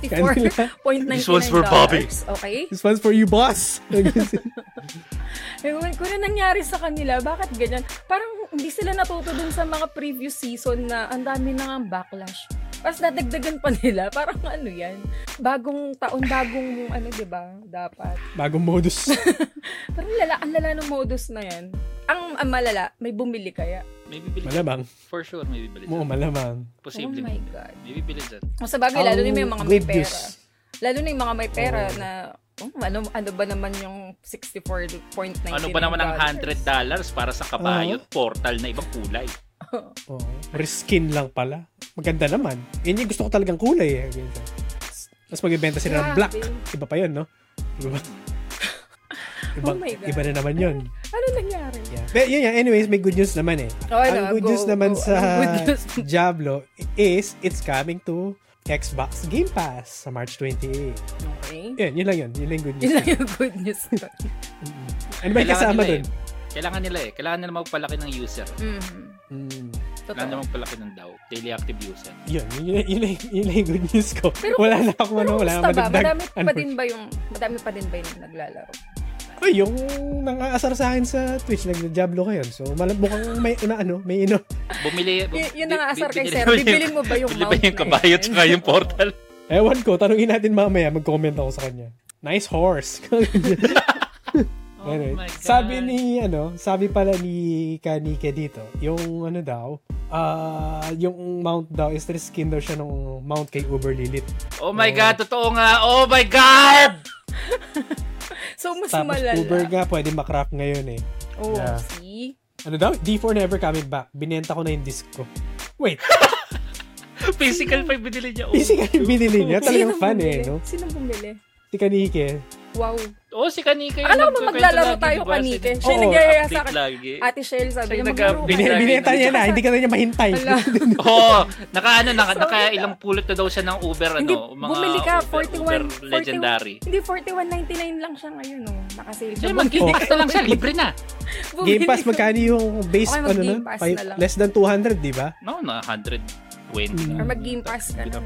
Speaker 1: $64.99.
Speaker 2: This one's for Bobby.
Speaker 1: Okay?
Speaker 3: This one's for you, boss.
Speaker 1: Ewan ko na nangyari sa kanila, bakit ganyan? Parang hindi sila natuto dun sa mga previous season na ang dami na nga backlash. Tapos nadagdagan pa nila, parang ano yan? Bagong taon, bagong ano, di ba? Dapat.
Speaker 3: Bagong modus.
Speaker 1: Parang lala, ang lala ng modus na yan. Ang, ang malala, may bumili kaya.
Speaker 2: May bibili.
Speaker 3: Malamang.
Speaker 2: For sure, may bibili.
Speaker 3: Oo,
Speaker 2: dyan.
Speaker 3: malamang.
Speaker 2: Posible.
Speaker 1: Oh my God.
Speaker 2: May bibili dyan.
Speaker 1: O sa bagay, lalo na yung may mga may
Speaker 3: Good
Speaker 1: pera.
Speaker 3: news.
Speaker 1: Lalo na yung mga may pera na, oh, ano, ano ba naman yung 64.99
Speaker 2: Ano ba naman ang $100 para sa kabayo?
Speaker 3: Oo.
Speaker 2: Portal na ibang kulay.
Speaker 3: Oo. Reskin Oh, lang pala. Maganda naman. Yun yung gusto ko talagang kulay eh. Tapos magbibenta sila ng
Speaker 1: Grabe.
Speaker 3: black. Iba pa yun, no? Iba, iba,
Speaker 1: Oh my God.
Speaker 3: iba na naman yun.
Speaker 1: Ano nangyari?
Speaker 3: Yeah. But yun yan, anyways, may good news naman eh.
Speaker 1: Oh, ano,
Speaker 3: Ang good
Speaker 1: go,
Speaker 3: news naman
Speaker 1: go.
Speaker 3: sa
Speaker 1: Anong good news?
Speaker 3: Diablo is it's coming to Xbox Game Pass sa March 28.
Speaker 1: Okay.
Speaker 3: Yun, yun lang yun. Yun lang yung good
Speaker 1: Yun
Speaker 3: news.
Speaker 1: lang yung good news. ko.
Speaker 3: Ano ba yung kasama
Speaker 2: nila
Speaker 3: dun?
Speaker 2: Eh. Kailangan nila eh. Kailangan nila magpalaki ng user. Mm-hmm.
Speaker 1: Mhm.
Speaker 3: Mm.
Speaker 2: Kailangan nila
Speaker 1: Totoo.
Speaker 2: magpalaki ng DAO. Daily active user.
Speaker 3: Yun, yun, yun, lang- yun lang yung good news ko.
Speaker 1: Pero-
Speaker 3: wala na akong ano,
Speaker 1: Pero
Speaker 3: wala na
Speaker 1: kumusta ba?
Speaker 3: madagdag.
Speaker 1: Madami pa
Speaker 3: Ano-
Speaker 1: din ba yung, madami pa din ba yung naglalaro?
Speaker 3: Ay, yung nang-aasar sa akin sa Twitch, nagja-Diablo ko yun. So, malam, mukhang may, na, ano, may ino.
Speaker 2: Bumili. Bu-
Speaker 1: Y- yun
Speaker 2: bi-
Speaker 1: ang asar
Speaker 2: bi-
Speaker 1: kay Sir.
Speaker 2: binili mo yung-
Speaker 1: Bibilin mo ba yung
Speaker 2: Bili ba
Speaker 1: mount
Speaker 2: yung
Speaker 1: na
Speaker 2: kabayo
Speaker 1: yun?
Speaker 2: tsaka yung portal?
Speaker 3: Ewan ko, tanungin natin mamaya, mag-comment ako sa kanya. Nice horse.
Speaker 1: Oh
Speaker 3: Anyway, sabi ni, ano, sabi pala ni Kanike dito, yung ano daw, ah, yung mount daw is reskin daw siya ng mount kay Uber Lilith.
Speaker 2: Oh my God, totoo nga. Oh my God!
Speaker 1: So, mas
Speaker 3: Tapos
Speaker 1: malala.
Speaker 3: Uber nga, pwede makraft ngayon eh.
Speaker 1: Oh,
Speaker 3: Yeah.
Speaker 1: see?
Speaker 3: Ano daw? D4 never coming back. Binenta ko na yung disc ko. Wait,
Speaker 2: Physical pa yung binili niya. Oh,
Speaker 3: easy ka yung binili niya. Talagang
Speaker 1: Sino
Speaker 3: fan
Speaker 1: bumili?
Speaker 3: eh, no?
Speaker 1: Sino bumili?
Speaker 3: Si Kanike,
Speaker 1: Wow.
Speaker 2: Oh, si Kanike.
Speaker 1: Akala ko ba
Speaker 2: nagkukwento
Speaker 1: maglalaro
Speaker 2: lagi,
Speaker 1: tayo
Speaker 2: di ba?
Speaker 1: kanike?
Speaker 2: Si-
Speaker 1: Siya
Speaker 3: Oo,
Speaker 1: nagyayaya sa
Speaker 2: update
Speaker 1: akin.
Speaker 2: lagi.
Speaker 1: Ate Shell, sabi
Speaker 2: Siya
Speaker 1: niya,
Speaker 2: yung
Speaker 1: maglaro
Speaker 2: nag-update
Speaker 1: ka.
Speaker 2: lagi.
Speaker 3: Binenta niya na, hindi ka na niya mahintay.
Speaker 1: Ala.
Speaker 2: Oo, naka ano, naka,
Speaker 1: Sorry
Speaker 2: naka
Speaker 1: na.
Speaker 2: ilang pulot na daw siya ng Uber,
Speaker 1: Hindi,
Speaker 2: ano, mga
Speaker 1: bumili ka,
Speaker 2: Uber,
Speaker 1: 41,
Speaker 2: Uber legendary.
Speaker 1: Hindi, 41.99 lang siya ngayon, no? Nakasale
Speaker 2: Hindi,
Speaker 1: siya.
Speaker 2: mag-game pass na lang siya, libre na.
Speaker 1: Bumili
Speaker 3: Game Pass,
Speaker 1: ka.
Speaker 3: magkano yung base,
Speaker 1: Okay,
Speaker 3: ano
Speaker 1: mag-Game
Speaker 3: na?
Speaker 1: Pass
Speaker 3: Five-
Speaker 1: na lang.
Speaker 3: Less than 200, di ba?
Speaker 2: No, na 120
Speaker 1: Or
Speaker 2: na.
Speaker 1: mag-game pass ka na. lang.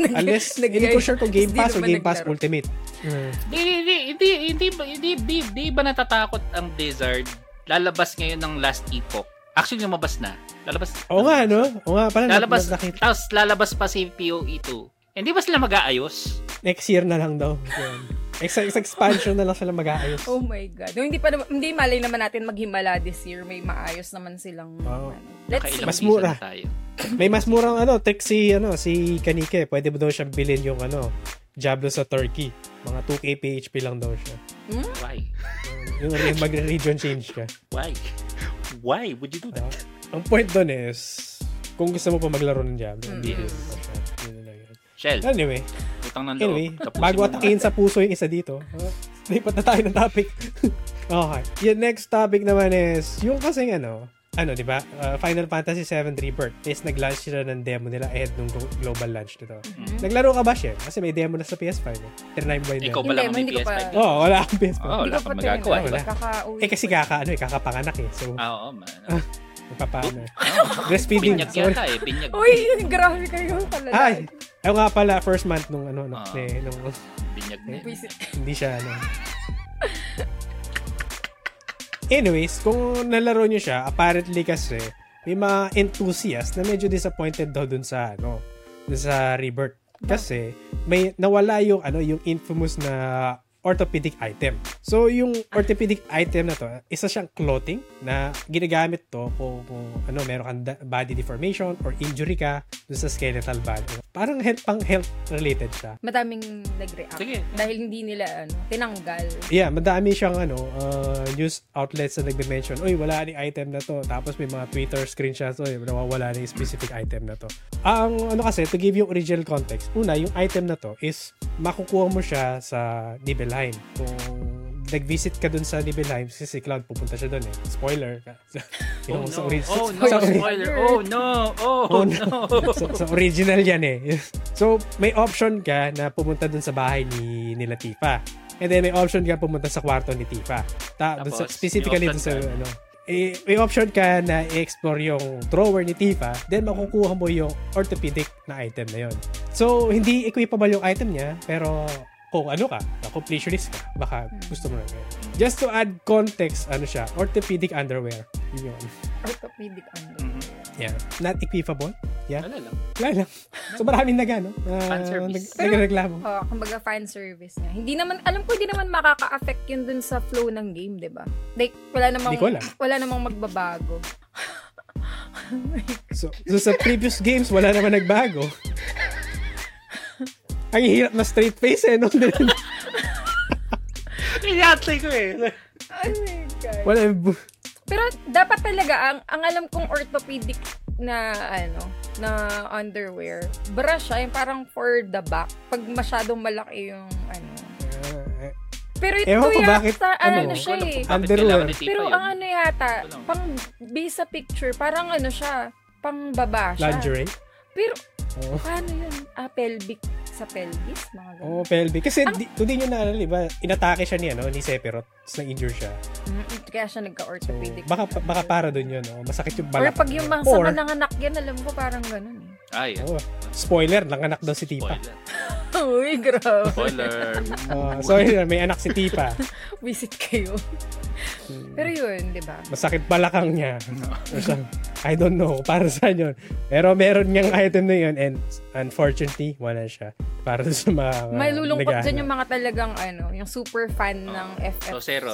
Speaker 3: Unless,
Speaker 1: Nag-
Speaker 3: hindi ko sure kung Game
Speaker 1: Hindi
Speaker 3: Pass o
Speaker 1: naman
Speaker 3: Game Pass
Speaker 1: naglaro.
Speaker 3: Ultimate. Mm.
Speaker 2: Hindi, hindi, hindi, hindi, ba- hindi, hindi, hindi ba natatakot ang Blizzard? Lalabas ngayon ng last epoch. Actually, lumabas na. Lalabas.
Speaker 3: Oo nga, no? Oo nga, pala.
Speaker 2: Lalabas,
Speaker 3: Lalabas. Nakita.
Speaker 2: tapos lalabas pa si E POE 2. Hindi Eh, ba sila mag-aayos?
Speaker 3: Next year na lang daw. Yan. Ex, ex- expansion na lang sila mag-aayos.
Speaker 1: Oh my God. No, hindi pa naman- hindi malay naman natin maghimala this year. May maayos naman silang,
Speaker 3: Wow.
Speaker 1: ano. let's see.
Speaker 2: Kailang
Speaker 3: Mas
Speaker 2: season
Speaker 3: mura.
Speaker 2: na tayo.
Speaker 3: May mas murang ano, trick si, ano, si Kanike. Pwede mo daw siyang bilhin yung ano, Diablo sa Turkey. Mga 2k PHP lang daw siya.
Speaker 2: Why?
Speaker 3: Yung, yung mag-region change ka.
Speaker 2: Why? Why would you do that?
Speaker 3: Ah, ang point doon is, kung gusto mo pa maglaro ng Diablo, hindi
Speaker 2: Mm.
Speaker 3: mm siya. Yun na lang yun.
Speaker 2: Shell,
Speaker 3: Anyway,
Speaker 2: utang ng loob.
Speaker 3: Anyway,
Speaker 2: Tapusin
Speaker 3: bago
Speaker 2: mo na.
Speaker 3: atakin sa puso yung isa dito, ah, lipat na tayo ng topic. okay. Yung next topic naman is, yung kasing ano, ano, di ba? Uh, Final Fantasy VII Rebirth is nag-launch sila ng demo nila ahead ng global launch nito.
Speaker 2: Mm-hmm.
Speaker 3: Naglaro ka ba, Chef? Kasi may demo na sa PS5. Eh. Trinay mo ba yung
Speaker 2: Ikaw ba
Speaker 3: demo?
Speaker 1: Hindi,
Speaker 2: lang ang may
Speaker 1: hindi ko pa.
Speaker 2: PS5?
Speaker 3: Oo, oh, wala akong PS5.
Speaker 2: Oo, wala
Speaker 1: Hindi ko
Speaker 2: kang
Speaker 1: pa
Speaker 2: magagawa.
Speaker 1: tinry.
Speaker 2: Wala.
Speaker 1: Kakauwi
Speaker 3: Eh kasi
Speaker 1: ko.
Speaker 3: kaka, ano, eh, kakapanganak eh. So,
Speaker 2: Ah, Oo, man.
Speaker 3: magpapaano. eh.
Speaker 2: Binyag
Speaker 3: Breastfeeding.
Speaker 2: yata
Speaker 3: Sorry.
Speaker 2: eh, binyag.
Speaker 1: Uy, grabe kayo pala.
Speaker 3: Ay! Ayun nga pala, first month nung ano, ano,
Speaker 2: Ah.
Speaker 3: eh, nung,
Speaker 2: Binyag na eh. yun.
Speaker 1: Buisit.
Speaker 3: hindi siya ano. Anyways, kung nalaro nyo siya, apparently kasi, may mga enthusiast na medyo disappointed daw dun sa ano, dun sa rebirth. Kasi, may nawala yung ano, yung infamous na orthopedic item. So, yung orthopedic item na to, isa siyang clothing na ginagamit to kung, kung ano, meron kang da- body deformation or injury ka dun sa skeletal body. Parang health, pang health related siya.
Speaker 1: Madaming nag-react.
Speaker 2: Sige.
Speaker 1: Dahil hindi nila, ano, tinanggal.
Speaker 3: Yeah, madami siyang ano, uh, news outlets na nagbe-mention, uy, wala ni item na to. Tapos may mga Twitter screenshots, uy, nawawala na yung specific item na to. Ang ano kasi, to give you original context, una, yung item na to is makukuha mo siya sa Nibelheim. Kung nag-visit ka dun sa Nibelheim, kasi si Cloud pupunta siya dun eh. Spoiler.
Speaker 2: Oh, no.
Speaker 3: Yung sa orig-
Speaker 2: Oh, no.
Speaker 3: sa orig-
Speaker 2: Spoiler. Oh, no. Oh, no.
Speaker 3: so, so original yan eh. So, may option ka na pumunta dun sa bahay ni nila Tifa. And then, may option ka pumunta sa kwarto ni Tifa. Ta, dun sa,
Speaker 2: Tapos,
Speaker 3: specifically
Speaker 2: may
Speaker 3: dun sa,
Speaker 2: option ka.
Speaker 3: ano, eh, may option ka na i-explore yung drawer ni Tifa, then makukuha mo yung orthopedic na item na yon. So, hindi equipable yung item niya, pero kung ano ka, na completionist ka, baka gusto mo na yun. Just to add context, ano siya, orthopedic underwear. Yun yun.
Speaker 1: Orthopedic, ano.
Speaker 2: Mhm.
Speaker 3: Yeah. Not equipable. Yeah.
Speaker 2: Wala Ano lang.
Speaker 3: Wala lang. So maraming nag ano,
Speaker 2: Fan
Speaker 3: uh,
Speaker 2: service.
Speaker 3: nag,
Speaker 1: Pero-
Speaker 3: nagreklamo.
Speaker 1: Oh, kumbaga fan service niya. Hindi naman, alam ko hindi naman makaka-affect yun dun sa flow ng game, di ba? Like, wala namang,
Speaker 3: Hindi ko alam.
Speaker 1: wala namang magbabago.
Speaker 3: So, so sa previous games, wala naman nagbago. Ang hirap na straight face eh. No?
Speaker 2: Inatay ko eh.
Speaker 1: Oh my God.
Speaker 3: wala, bu-
Speaker 1: Pero dapat talaga, ang, ang alam kong orthopedic na, ano, na underwear, brush siya, yung parang for the back. Pag masyadong malaki yung, ano.
Speaker 3: Ah,
Speaker 1: Pero ito
Speaker 3: Ewan ko
Speaker 1: yata,
Speaker 3: bakit,
Speaker 1: ano,
Speaker 3: ano,
Speaker 1: siya eh.
Speaker 2: Bakit
Speaker 3: Underwear.
Speaker 2: kailangan ni Tita
Speaker 1: Pero
Speaker 2: yun?
Speaker 1: ang ano yata,
Speaker 2: Ito lang.
Speaker 1: pang base sa picture, parang ano siya, pang baba siya.
Speaker 3: lingerie.
Speaker 1: Pero
Speaker 3: Oo.
Speaker 1: Paano yun? Ah, pelvic sa pelvis? Mga ganun.
Speaker 3: Oh, pelvic. Kasi di, kung di nyo naalala, di ba, inatake siya ni, ano, ni Sephiroth, tapos na-injure siya.
Speaker 1: Mm, Kaya siya
Speaker 3: Oh. So,
Speaker 1: nagka-orthopedic.
Speaker 3: baka, baka para dun yun, no? masakit yung
Speaker 1: Or
Speaker 3: balak.
Speaker 1: pag yung mga
Speaker 3: Or-
Speaker 1: sama ng anak yan, alam ko parang ganun eh.
Speaker 2: Ay, ah,
Speaker 3: Oh, spoiler, nanganak daw si Tipa.
Speaker 2: spoiler.
Speaker 1: Uy, grabe.
Speaker 2: Spoiler.
Speaker 3: Oh, sorry, may anak si Tipa.
Speaker 1: Visit kayo.
Speaker 3: Hmm.
Speaker 1: Pero yun, di ba?
Speaker 3: masakit balakang niya. Or some- I don't know kung para saan yun. Pero meron niyang item na yun and unfortunately, wala siya. Para sa mga
Speaker 1: Malulungkot
Speaker 3: Ah, nag-aano.
Speaker 1: dyan yung mga talagang ano, yung super fan ng FF7.
Speaker 2: So, Oh. Zero.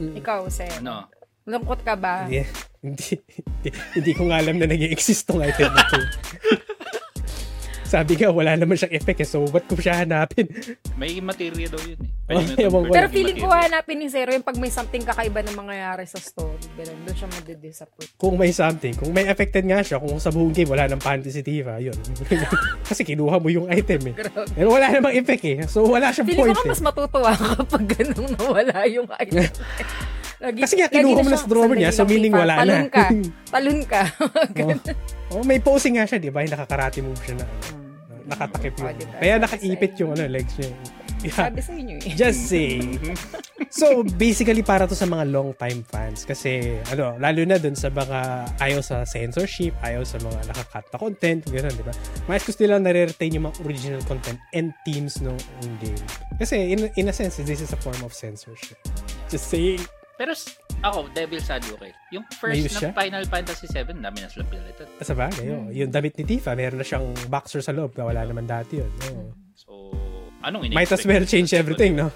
Speaker 1: Ikaw, Zero.
Speaker 2: Ano?
Speaker 1: Malungkot ka ba?
Speaker 3: Mm. Hindi, hindi, hindi, hindi ko nga alam na nag exist tong item na to. Sabi ka, wala naman siyang effect eh. So, ba't ko siya hanapin?
Speaker 2: May material daw yun eh.
Speaker 3: Oh,
Speaker 2: mo
Speaker 3: ewan ko.
Speaker 2: convert
Speaker 1: Pero
Speaker 2: yung
Speaker 1: feeling ko
Speaker 2: material.
Speaker 1: hanapin ni Zero yung pag may something kakaiba na mangyayari sa story. Ganun, doon siya madidisappoint.
Speaker 3: Kung may something. Kung may affected nga siya, kung sa buong game, wala nang panty si Tifa. Yun. Kasi kinuha mo yung item eh.
Speaker 1: Grabe.
Speaker 3: Pero wala namang effect eh. So, wala siyang
Speaker 1: Feeling
Speaker 3: point
Speaker 1: ko nga
Speaker 3: eh.
Speaker 1: mas matutuwa ka pag ganun nawala yung item. Lagi,
Speaker 3: Kasi nga,
Speaker 1: lagi na
Speaker 3: kinuha mo na
Speaker 1: siya,
Speaker 3: sa drawer
Speaker 1: sandali
Speaker 3: niya, so meaning
Speaker 1: lang,
Speaker 3: wala na.
Speaker 1: Talon ka. Talon ka.
Speaker 3: Oh, may posing nga siya, di ba? Yung nakakarate move siya na. ano, Nakatakip
Speaker 1: Oh,
Speaker 3: yun.
Speaker 1: di ba?
Speaker 3: Kaya
Speaker 1: Sabi
Speaker 3: nakaipit
Speaker 1: sa'yo.
Speaker 3: yung ano, legs niya. Yeah.
Speaker 1: Sabi sa inyo eh.
Speaker 3: Just saying. So, basically, para to sa mga long-time fans. Kasi, ano, lalo na dun sa mga ayaw sa censorship, ayaw sa mga nakakat na content, gano'n, di ba? Mas gusto nilang nare-retain yung mga original content and themes ng ng game. Kasi, in, in a sense, this is a form of censorship. Just saying.
Speaker 2: Pero s- ako, Devil's Advocate. Yung first
Speaker 3: Mayus
Speaker 2: na
Speaker 3: siya?
Speaker 2: Final Fantasy 7, dami na sila pinalitan.
Speaker 3: Sa bagay,
Speaker 1: Hmm.
Speaker 3: oh, yung damit ni Tifa, meron na siyang boxer sa loob na wala naman dati yun. Oh. Oo.
Speaker 2: So, anong Diba? ini
Speaker 3: Might as well change everything, no?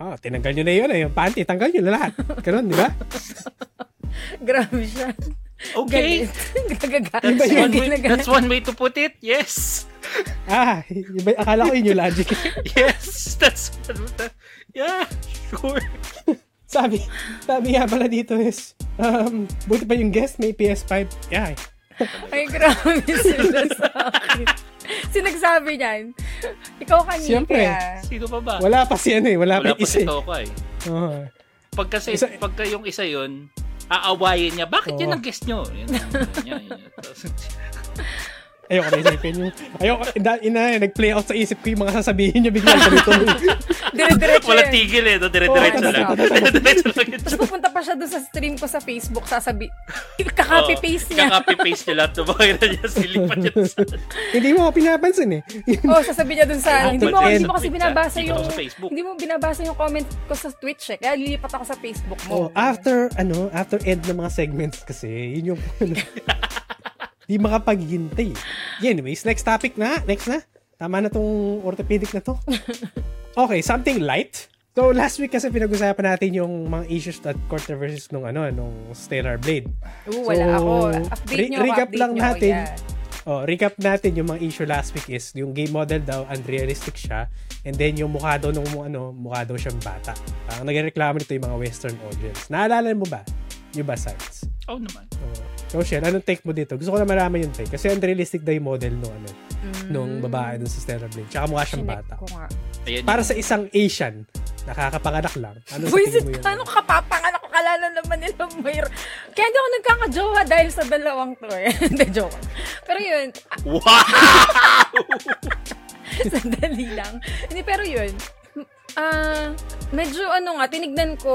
Speaker 3: Ah, tinanggal nyo na yun. eh. Yung panty, tanggal nyo na lahat. Ganun, di ba?
Speaker 1: Grabe siya.
Speaker 2: Okay.
Speaker 1: Gagagaan
Speaker 2: That's
Speaker 1: siya.
Speaker 2: one, way, that's
Speaker 1: Gagagaan.
Speaker 2: one way to put it. Yes.
Speaker 3: Ah, iba, akala ko yun yung logic.
Speaker 2: Yes. That's that- Yeah. Sure.
Speaker 3: sabi, sabi nga pala dito is, um, buti pa yung guest may PS5. Yeah.
Speaker 1: Ay, grabe sila sa akin. Sinagsabi niyan. Ikaw kanina.
Speaker 3: Siyempre.
Speaker 2: Sino pa ba?
Speaker 3: Wala pa si ano eh. Wala,
Speaker 2: Wala
Speaker 3: pa
Speaker 2: pa si
Speaker 3: isa. eh.
Speaker 2: Toka eh.
Speaker 3: Oo.
Speaker 2: Pagka, si-
Speaker 3: Isa-
Speaker 2: pagka yung isa yun, aawayin niya, bakit yun
Speaker 3: Oo.
Speaker 2: ang guest nyo? Yun, yun, yun, yun. Tapos,
Speaker 3: Ayoko na isipin yung... Ayoko, ina, ina, nag-play out sa isip ko yung mga sasabihin niya bigla ganito.
Speaker 1: Dire-diretso
Speaker 2: Walang
Speaker 1: yan.
Speaker 2: tigil eh, no? dire-diretso
Speaker 1: Oo,
Speaker 2: lang.
Speaker 1: tama.
Speaker 2: Dire-diretso lang.
Speaker 1: Tapos pupunta pa pumunta siya doon sa stream ko sa Facebook, sasabi, kakapi-paste niya.
Speaker 2: Kaka-copy-paste niya lahat. Tumakira niya, silipat niya. sa-
Speaker 3: Hindi mo ako pinapansin eh.
Speaker 1: Oo, oh, sasabi niya dun sa,
Speaker 3: ano.
Speaker 2: Ewan
Speaker 1: hindi
Speaker 2: ko
Speaker 1: mo,
Speaker 2: ba,
Speaker 1: hindi
Speaker 2: sa
Speaker 1: mo kasi
Speaker 2: Twitter,
Speaker 1: binabasa
Speaker 2: dito
Speaker 1: yung,
Speaker 2: ako sa Facebook.
Speaker 1: hindi mo binabasa yung comment ko sa Twitch eh, kaya lilipat ako sa Facebook mo.
Speaker 3: Oh, after, ano, after end ng mga segments kasi, yun yung, ano, di makapaghintay. Yeah, anyways, next topic na, next na. Tama na tong orthopedic na to. Okay, something light. So, last week kasi pinag-usapan natin yung mga issues at controversies nung, ano, nung Stellar Blade.
Speaker 1: Oo, wala
Speaker 3: So,
Speaker 1: ako. Update
Speaker 3: re-
Speaker 1: niyo ako,
Speaker 3: recap
Speaker 1: update
Speaker 3: lang
Speaker 1: niyo ako,
Speaker 3: natin.
Speaker 1: yan.
Speaker 3: Oh, recap natin yung mga issue last week is yung game model daw unrealistic siya and then yung mukha daw nung ano, mukha daw siyang bata. Ang nagrereklamo nito yung mga western audience. Naalala mo ba? Yung ba sites?
Speaker 2: Oh naman.
Speaker 3: So, Shell, Oh, anong take mo dito? Gusto ko na malaman yung take kasi unrealistic daw yung model nung ano, nung babae dun sa Stellar Blade. Tsaka mukha siyang
Speaker 1: Chinek
Speaker 3: bata.
Speaker 1: Mm.
Speaker 3: Ano,
Speaker 1: ko nga.
Speaker 2: Ayan,
Speaker 3: Para sa isang Asian, nakakapanganak lang. Ano sa
Speaker 1: Buisit
Speaker 3: tingin mo yun?
Speaker 1: ka, ano kapapangan ako, kalala naman nila mayro. Kaya hindi ako nagkakajowa dahil sa dalawang to eh. Hindi, joke. lang. Pero yun,
Speaker 2: Wow!
Speaker 1: sandali lang. Hindi, pero yun, ah, medyo ano nga, tinignan ko,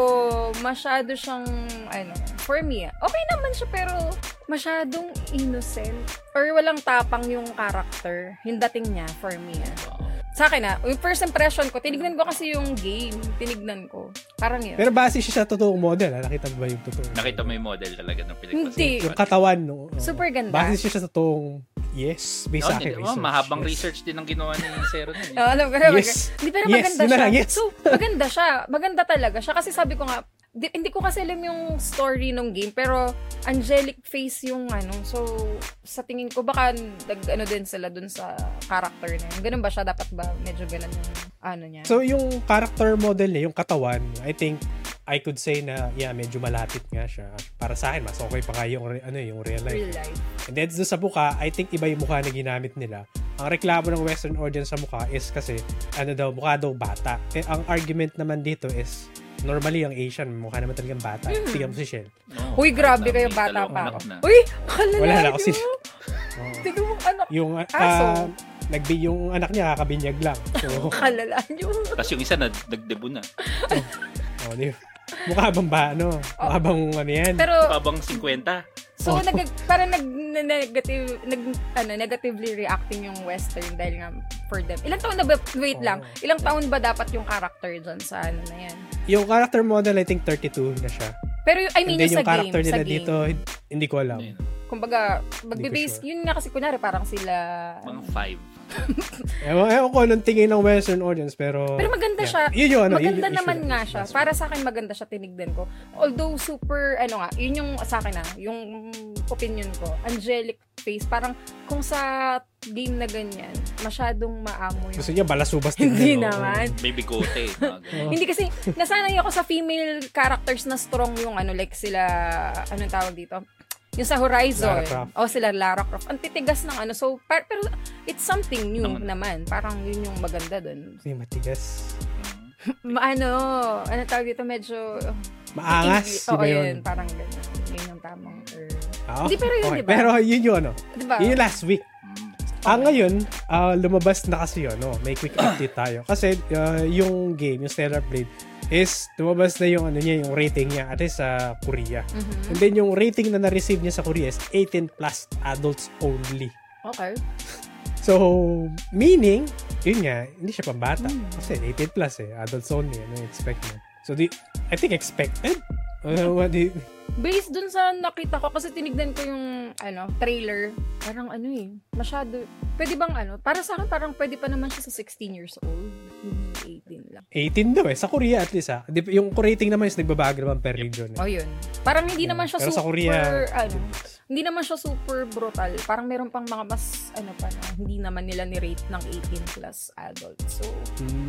Speaker 1: masyado siyang, ano, for me, ah, okay naman siya pero masyadong innocent or walang tapang yung character, yung dating niya for me. ah. Sa akin ah, yung first impression ko, tinignan ko kasi yung game, tinignan ko. Parang yun.
Speaker 3: Pero base siya sa totoong model. ah. Nakita mo ba yung totoo?
Speaker 2: Nakita mo yung model talaga ng pinagpasin.
Speaker 1: Hindi.
Speaker 2: Oh,
Speaker 3: Yung katawan. No? Oo.
Speaker 1: Super ganda.
Speaker 3: Base siya sa totoong yes. Based sa akin,
Speaker 2: oh,
Speaker 3: research.
Speaker 2: mahabang
Speaker 3: Yes.
Speaker 2: research din ang ginawa ni Zero nun.
Speaker 1: Oo,
Speaker 2: eh.
Speaker 1: alam ko na.
Speaker 3: Yes.
Speaker 1: Hindi, pero
Speaker 3: Yes,
Speaker 1: maganda
Speaker 3: yun na
Speaker 1: siya.
Speaker 3: lang, yes.
Speaker 1: So, maganda siya. Maganda talaga siya. Kasi sabi ko nga, di- hindi ko kasi alam yung story nung game, pero angelic face yung ano. So, sa tingin ko, baka nag, ano din sila dun sa character na yun. Ganun ba siya? Dapat ba medyo ganun yung ano niya?
Speaker 3: So, yung character model niya, yung katawan, I think, I could say na, yeah, medyo malapit nga siya. Para sa akin, mas okay pa nga yung, re- ano, yung real
Speaker 1: real
Speaker 3: life.
Speaker 1: life.
Speaker 3: And then, doon sa mukha, I think iba yung mukha na ginamit nila. Ang reklamo ng Western audience sa mukha is kasi, ano daw, mukha daw bata. Eh, ang argument naman dito is, normally, ang Asian, mukha naman talagang bata.
Speaker 1: Hmm.
Speaker 3: Tingnan mo si Shell.
Speaker 2: No,
Speaker 1: Uy, grabe kayo,
Speaker 2: kahit na may
Speaker 1: bata
Speaker 2: dalawang
Speaker 1: pa
Speaker 2: anak
Speaker 1: ako.
Speaker 2: na.
Speaker 1: Uy, akala
Speaker 3: Wala na
Speaker 1: na
Speaker 3: ako
Speaker 1: ako
Speaker 3: sin- Oo.
Speaker 1: Tignan mo, ano,
Speaker 3: Yung, ah,
Speaker 1: Aso.
Speaker 3: nagbi yung anak niya, kakabinyag lang. So,
Speaker 1: akala nyo.
Speaker 2: Tapos yung isa na nagdebo na.
Speaker 3: oh, di ba? Mukha bang ba, ano? Mukha bang, ano yan?
Speaker 1: Pero,
Speaker 2: Kabang 50.
Speaker 1: So,
Speaker 3: Oh.
Speaker 1: nag, parang nag, na- negative, nag, ano, negatively reacting yung Western dahil nga for them. Ilang taon na ba, wait
Speaker 3: Oh.
Speaker 1: lang, ilang taon ba dapat yung character dyan sa ano na yan?
Speaker 3: Yung character model, I think 32 na siya.
Speaker 1: Pero yung, I mean, yung
Speaker 3: And
Speaker 1: sa
Speaker 3: then yung
Speaker 1: game,
Speaker 3: character
Speaker 1: sa
Speaker 3: nila
Speaker 1: game.
Speaker 3: dito, hindi ko alam.
Speaker 2: Ayun,
Speaker 1: Kumbaga,
Speaker 3: Hindi ko
Speaker 1: magbe-base,
Speaker 3: sure.
Speaker 1: yun nga kasi kunwari parang sila,
Speaker 2: Mga 5.
Speaker 3: Ewan, ewan ko anong tingin ng western audience, pero...
Speaker 1: Pero maganda
Speaker 3: Yeah.
Speaker 1: siya.
Speaker 3: Yun yung ano, yun
Speaker 1: maganda
Speaker 3: yung issue
Speaker 1: naman
Speaker 3: na-
Speaker 1: nga siya. Para sa akin maganda siya tinignan ko. Although super ano nga, yun yung sa akin ah, yung opinion ko. Angelic face parang kung sa game na ganyan, masyadong maamo
Speaker 3: Gusto
Speaker 1: yun.
Speaker 3: niya balasubas
Speaker 1: Hindi
Speaker 3: tingnan, no?
Speaker 1: naman.
Speaker 2: May bigote.
Speaker 1: Uh.
Speaker 2: mga
Speaker 3: Oh.
Speaker 2: ganun.
Speaker 1: Hindi kasi nasanay ako sa female characters na strong yung ano like sila anong tawag dito? Yung sa Horizon.
Speaker 3: Lara Croft.
Speaker 1: O sila Lara Croft. Ang titigas ng ano. So par- pero it's something new
Speaker 2: Naman.
Speaker 1: naman. Parang yun yung maganda doon.
Speaker 3: Hindi matigas.
Speaker 1: Ano, ano tawag dito medyo Hindi-
Speaker 3: Maangas, di ba
Speaker 1: oo,
Speaker 3: yun?
Speaker 1: parang ganun. Yun yung tamang term.
Speaker 3: Ah,
Speaker 1: Hindi, pero yun,
Speaker 3: okay.
Speaker 1: di ba?
Speaker 3: Pero yun yung ano,
Speaker 1: Diba?
Speaker 3: yun yung last week.
Speaker 2: Mm.
Speaker 3: Ah, ngayon, ah, lumabas na kasi yun, no? May quick update tayo. Kasi ah, yung game, yung Stellar Blade, is lumabas na yung ano niya, yung rating niya, at least sa Korea.
Speaker 1: Mm-hmm.
Speaker 3: And then yung rating na na-receive niya sa Korea is 18 plus adults only.
Speaker 1: Okay.
Speaker 3: So, meaning, yun nga, hindi siya pambata. Kasi 18 plus eh, adults only, ano yung expect mo. So, the, I think expected? Uh, what do you-
Speaker 1: Based dun sa nakita ko, kasi tinignan ko yung ano, trailer, parang ano eh, masyado, pwede bang ano, para sa akin parang pwede pa naman siya sa 16 years old, hindi 18 lang.
Speaker 3: 18 daw eh, sa Korea at least ah. Di- Yung rating naman is nagbabago naman per region. Eh.
Speaker 1: O Oh, yun. Parang hindi
Speaker 3: Yeah.
Speaker 1: naman siya
Speaker 3: Pero sa
Speaker 1: super,
Speaker 3: Korea-
Speaker 1: ano, hindi naman siya super brutal. Parang meron pang mga mas, ano pa na, hindi naman nila ni-rate ng 18 plus adult. So,
Speaker 3: Mm.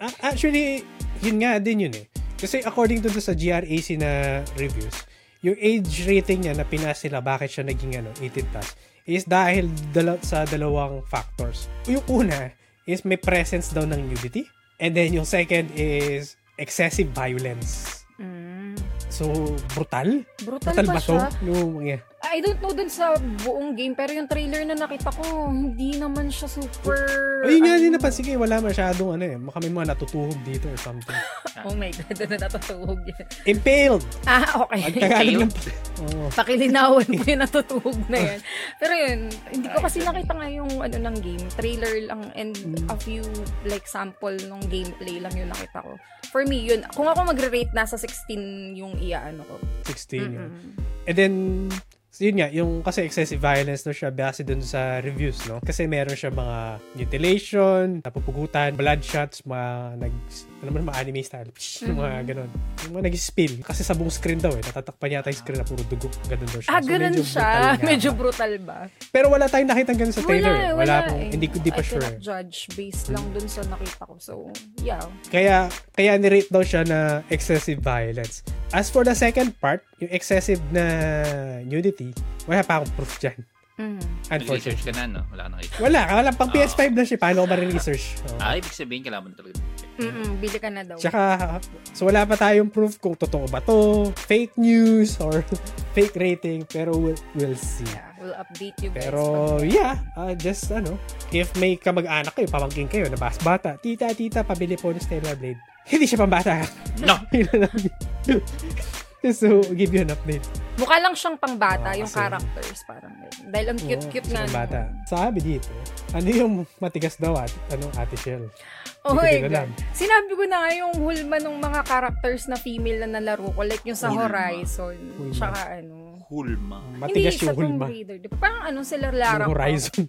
Speaker 3: A- Actually, yun nga din yun eh. Kasi according to sa GRAC na reviews, yung age rating niya na pinas nila bakit siya naging ano, 18 plus is dahil dala- sa dalawang factors. Yung una is may presence daw ng nudity. And then yung second is excessive violence.
Speaker 1: mm,
Speaker 3: So, brutal?
Speaker 1: brutal,
Speaker 3: Brutal
Speaker 1: pa
Speaker 3: ba to?
Speaker 1: siya.
Speaker 3: No, yeah.
Speaker 1: I I don't know dun sa buong game, pero yung trailer na nakita ko, hindi naman siya super...
Speaker 3: Ayun nga, din
Speaker 1: ano.
Speaker 3: napansin ko eh, wala masyadong ano eh. Baka may mga natutuhog dito or something.
Speaker 1: Oh my God, na natutuhog yan.
Speaker 3: Impaled!
Speaker 1: Ah,
Speaker 3: Ang
Speaker 1: okay.
Speaker 3: Tagalog ng... Oo.
Speaker 1: Pakilinawan mo yung natutuhog na yan. Pero yun, hindi ko kasi nakita nga yung ano ng game. Trailer lang and
Speaker 3: Hmm.
Speaker 1: a few like sample ng gameplay lang yung nakita ko. For me, yun. Kung ako magre-rate, nasa 16 yung iaano ko.
Speaker 3: 16 yun. And then, so yun nga, yung kasi excessive violence na siya base dun sa reviews, no? Kasi meron siya mga mutilation, napupugutan, bloodshots, mga nag, ano man, mga anime style, psh,
Speaker 1: Mm.
Speaker 3: yung mga ganun. Yung mga nag-spill. Kasi sa buong screen daw eh, natatakpan yata yung screen na puro dugo. Ganun daw siya.
Speaker 1: Ah,
Speaker 3: So,
Speaker 1: ganun
Speaker 3: medyo
Speaker 1: siya.
Speaker 3: brutal nga.
Speaker 1: Medyo brutal ba?
Speaker 3: Pero wala tayong nakitang ganun sa trailer. eh.
Speaker 1: eh,
Speaker 3: wala
Speaker 1: eh.
Speaker 3: pong, hindi ko, di
Speaker 1: I
Speaker 3: pa sure. Hmm.
Speaker 1: cannot judge based lang dun sa nakita ko. So, yeah.
Speaker 3: Kaya, kaya nirate daw siya na excessive violence. As for the second part, yung excessive na nudity, wala pa akong proof dyan.
Speaker 1: Mm.
Speaker 2: Nag-research
Speaker 3: Unfortunately.
Speaker 2: ka na, no? Wala ka nakita.
Speaker 3: Wala, wala pang
Speaker 2: Ah.
Speaker 3: PS5 na siya. Paano ko ma-research? Oo.
Speaker 2: Ah, ibig sabihin, kailangan mo na talaga.
Speaker 1: Mm-mm, Mm-hmm. bili ka na daw.
Speaker 3: Tsaka, so wala pa tayong proof kung totoo ba to, fake news, or fake rating, pero we'll, we'll see.
Speaker 1: Yeah, we'll update you guys.
Speaker 3: Pero, yeah, ah, just ano, if may kamag-anak kayo, pamangking kayo, na bas bata, tita, tita, pabili po ng Stellar Blade. Hindi siya pambata.
Speaker 2: No!
Speaker 3: Yun na lang. just to give you an update.
Speaker 1: Mukha lang siyang pangbata,
Speaker 3: Oo,
Speaker 1: yung
Speaker 3: Ah, kasi-
Speaker 1: characters parang ganun. Dahil ang cute-cute
Speaker 3: Oo,
Speaker 1: nga.
Speaker 3: sa
Speaker 1: nung-
Speaker 3: bata. Sabi dito, ano yung matigas daw at anong ate Shell?
Speaker 1: Oh
Speaker 3: Hindi ko
Speaker 1: my
Speaker 3: din alam.
Speaker 1: God. Sinabi ko na nga yung hulma ng mga characters na female na nalaro ko. Like yung sa
Speaker 2: Hulma.
Speaker 1: Horizon.
Speaker 3: Hulma.
Speaker 1: Tsaka ano.
Speaker 2: Hulma.
Speaker 3: Matigas
Speaker 1: Hindi,
Speaker 3: yung
Speaker 1: sa Tomb
Speaker 3: hulma.
Speaker 1: Raider. Di ba? Parang ano sila Lara
Speaker 3: Yung horizon.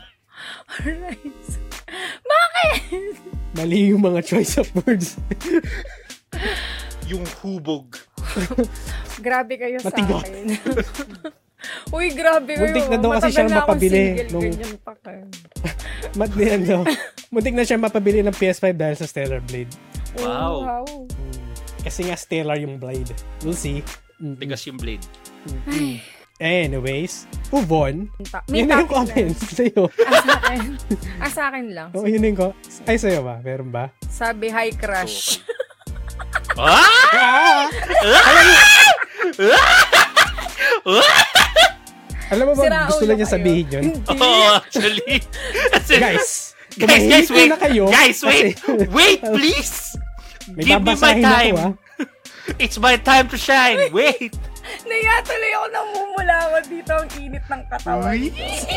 Speaker 1: Horizon. Bakit?
Speaker 3: Mali yung mga choice of words.
Speaker 2: Yung hubog.
Speaker 1: Grabe kayo sa
Speaker 3: Matigas.
Speaker 1: akin. Uy, grabe kayo.
Speaker 3: Muntik na daw kasi
Speaker 1: Matagal
Speaker 3: siyang
Speaker 1: na akong
Speaker 3: mapabili
Speaker 1: single,
Speaker 3: nung-
Speaker 1: ganyan pa kayo.
Speaker 3: Mat na yan, no? ano, Muntik na siya mapabili ng PS5 dahil sa Stellar Blade.
Speaker 1: Oh,
Speaker 2: Wow.
Speaker 1: wow.
Speaker 3: Kasi nga Stellar yung Blade. We'll see. Mm.
Speaker 2: Bigas yung blade.
Speaker 3: Anyways, move on.
Speaker 1: Ta- May
Speaker 3: Yun na
Speaker 1: topic na.
Speaker 3: yung comments sa'yo.
Speaker 1: Ah, sa akin. Ah, sa akin lang.
Speaker 3: Oo, yun yung ko. Ay, sa'yo ba? Meron ba?
Speaker 1: Sabi, hi crush.
Speaker 2: Ah!
Speaker 3: Ah! Alam mo
Speaker 1: Sira
Speaker 3: ba, gusto
Speaker 1: ulo
Speaker 3: lang niya
Speaker 1: kayo.
Speaker 3: sabihin yun?
Speaker 2: Oo, actually. Kasi-
Speaker 3: Guys,
Speaker 2: guys, guys,
Speaker 3: tumahimik
Speaker 2: wait.
Speaker 3: muna kayo.
Speaker 2: guys, wait.
Speaker 3: Kasi-
Speaker 2: Wait, please.
Speaker 3: May
Speaker 2: Give me my
Speaker 3: babasahin
Speaker 2: time.
Speaker 3: ako, ah.
Speaker 2: It's my time to shine. Wait.
Speaker 1: Naya tuloy ako namumula ako dito. Ang init ng katawan.
Speaker 2: Uy.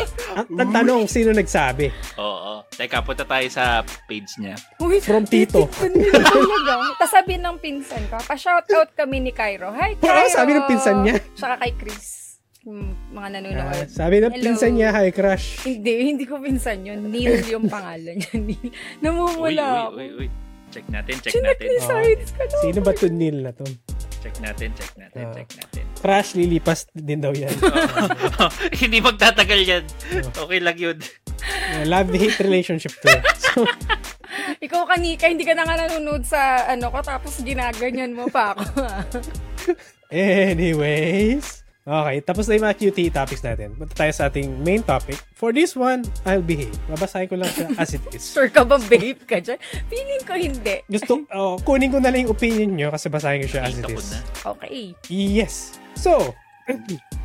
Speaker 3: Ang, ang tanong, sino nagsabi?
Speaker 2: Oo. Teka, punta tayo sa page niya.
Speaker 1: Uy,
Speaker 3: From Tito.
Speaker 1: titikon nila talaga. Tapos sabi ng pinsan ko, pa-shoutout kami ni Cairo. Hi,
Speaker 3: Oo,
Speaker 1: Cairo!
Speaker 3: sabi ng pinsan niya.
Speaker 1: Tsaka kay Chris. Yung mga
Speaker 3: Ah,
Speaker 1: nanonood.
Speaker 3: sabi ng
Speaker 1: Hello.
Speaker 3: pinsan niya, hi crush.
Speaker 1: Hindi, hindi ko pinsan yun. Neil yung pangalan niya. Neil. Namumula ako.
Speaker 2: Uy, uy, uy, uy. Check natin, check
Speaker 1: Chinek
Speaker 2: natin.
Speaker 1: ni
Speaker 3: Oo.
Speaker 1: sides ka na.
Speaker 3: Sino ba to Neil na to?
Speaker 2: Check natin, check natin,
Speaker 3: Ah.
Speaker 2: check natin.
Speaker 3: Crush, lilipas din daw yan.
Speaker 2: Hindi magtatagal yan.
Speaker 3: Ah.
Speaker 2: Okay lang yun.
Speaker 3: Eh, Love-hate relationship to. So,
Speaker 1: Ikaw kanika, hindi ka na nga nanonood sa ano ko, tapos ginaganyan mo pa ako. ah.
Speaker 3: anyways. Okay, tapos na yung mga QT topics natin. Punta tayo sa ating main topic. For this one, I'll behave. Babasahin ko lang siya as it is.
Speaker 1: sure ka ba babe ka dyan? Feeling ko hindi.
Speaker 3: Gusto, oh, kunin ko na lang yung opinion nyo kasi basahin ko siya as it
Speaker 2: Kita ko
Speaker 3: is.
Speaker 2: na.
Speaker 1: Okay.
Speaker 3: Yes. So,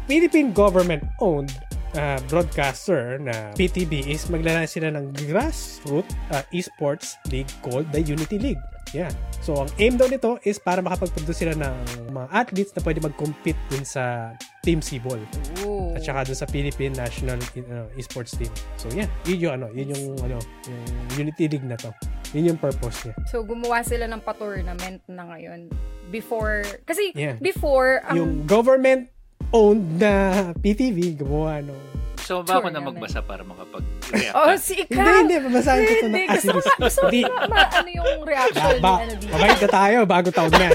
Speaker 3: Philippine government-owned uh, broadcaster na PTB is maglalaan sila ng grassroots uh, esports league called the Unity League. Yeah. So, ang aim daw nito is para makapag-produce sila ng mga athletes na pwede mag-compete dun sa Team Cebol
Speaker 1: Ooh.
Speaker 3: at saka dun sa Philippine National uh, Esports Team. So, yeah. Yun yung, ano, yun yung, ano, yung Unity League na to. Yun yung purpose niya.
Speaker 1: So, gumawa sila ng pa-tournament na ngayon. Before, kasi
Speaker 3: Yeah.
Speaker 1: before, ang,
Speaker 3: yung government-owned na PTV gumawa nung
Speaker 2: Gusto mo ba ako na
Speaker 1: Sure naman.
Speaker 2: magbasa para makapag
Speaker 1: oh, si ikaw!
Speaker 3: Ah. Hindi, hindi. Babasahin ko ito
Speaker 1: Hindi,
Speaker 3: ng as
Speaker 1: gusto
Speaker 3: it
Speaker 1: ko
Speaker 3: is.
Speaker 1: ma- gusto ko
Speaker 3: Hindi.
Speaker 1: ma- ma- ano yung reaction ni
Speaker 3: Ba,
Speaker 1: ano dito.
Speaker 3: mabait na tayo. Bago taon na.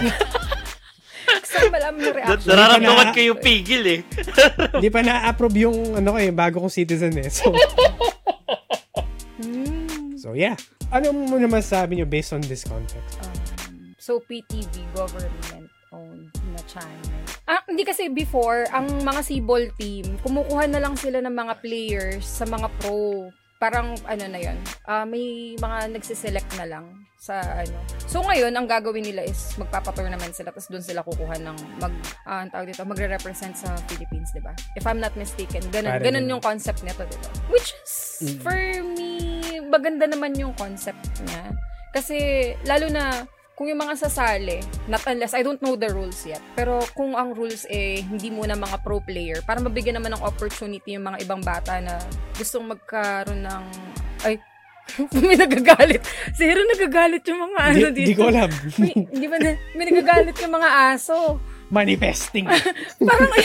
Speaker 1: Gusto ko malaman yung reaction.
Speaker 2: Nararamdaman
Speaker 3: Hindi ko na-
Speaker 2: ko yung pigil eh.
Speaker 3: Hindi pa na-approve yung ano ko, yung bago kong citizen eh. So,
Speaker 1: Hmm.
Speaker 3: so yeah. Ano mo naman sabi nyo based on this context?
Speaker 1: Um, so, PTV, government owned na channel. Ah, hindi kasi before, ang mga Cebol team, kumukuha na lang sila ng mga players sa mga pro parang ano na yun, ah, may mga nagsiselect na lang sa ano. So ngayon, ang gagawin nila is magpapatournament sila tapos doon sila kukuha ng mag, ah, ang tawag dito, magre-represent sa Philippines, di ba? If I'm not mistaken, ganun,
Speaker 3: Parang
Speaker 1: ganun
Speaker 3: ganun.
Speaker 1: yung concept nito, di ba? Which is,
Speaker 3: Mm.
Speaker 1: for me, maganda naman yung concept niya. Kasi, lalo na, kung yung mga sasali, not unless, I don't know the rules yet, pero kung ang rules eh, hindi muna mga pro player, para mabigyan naman ng opportunity yung mga ibang bata na gustong magkaroon ng, ay, may nagagalit. Zero nagagalit yung mga ano
Speaker 3: Di,
Speaker 1: dito.
Speaker 3: di ko alam.
Speaker 1: May, di ba na, may nagagalit yung mga aso.
Speaker 3: Manifesting.
Speaker 1: Parang,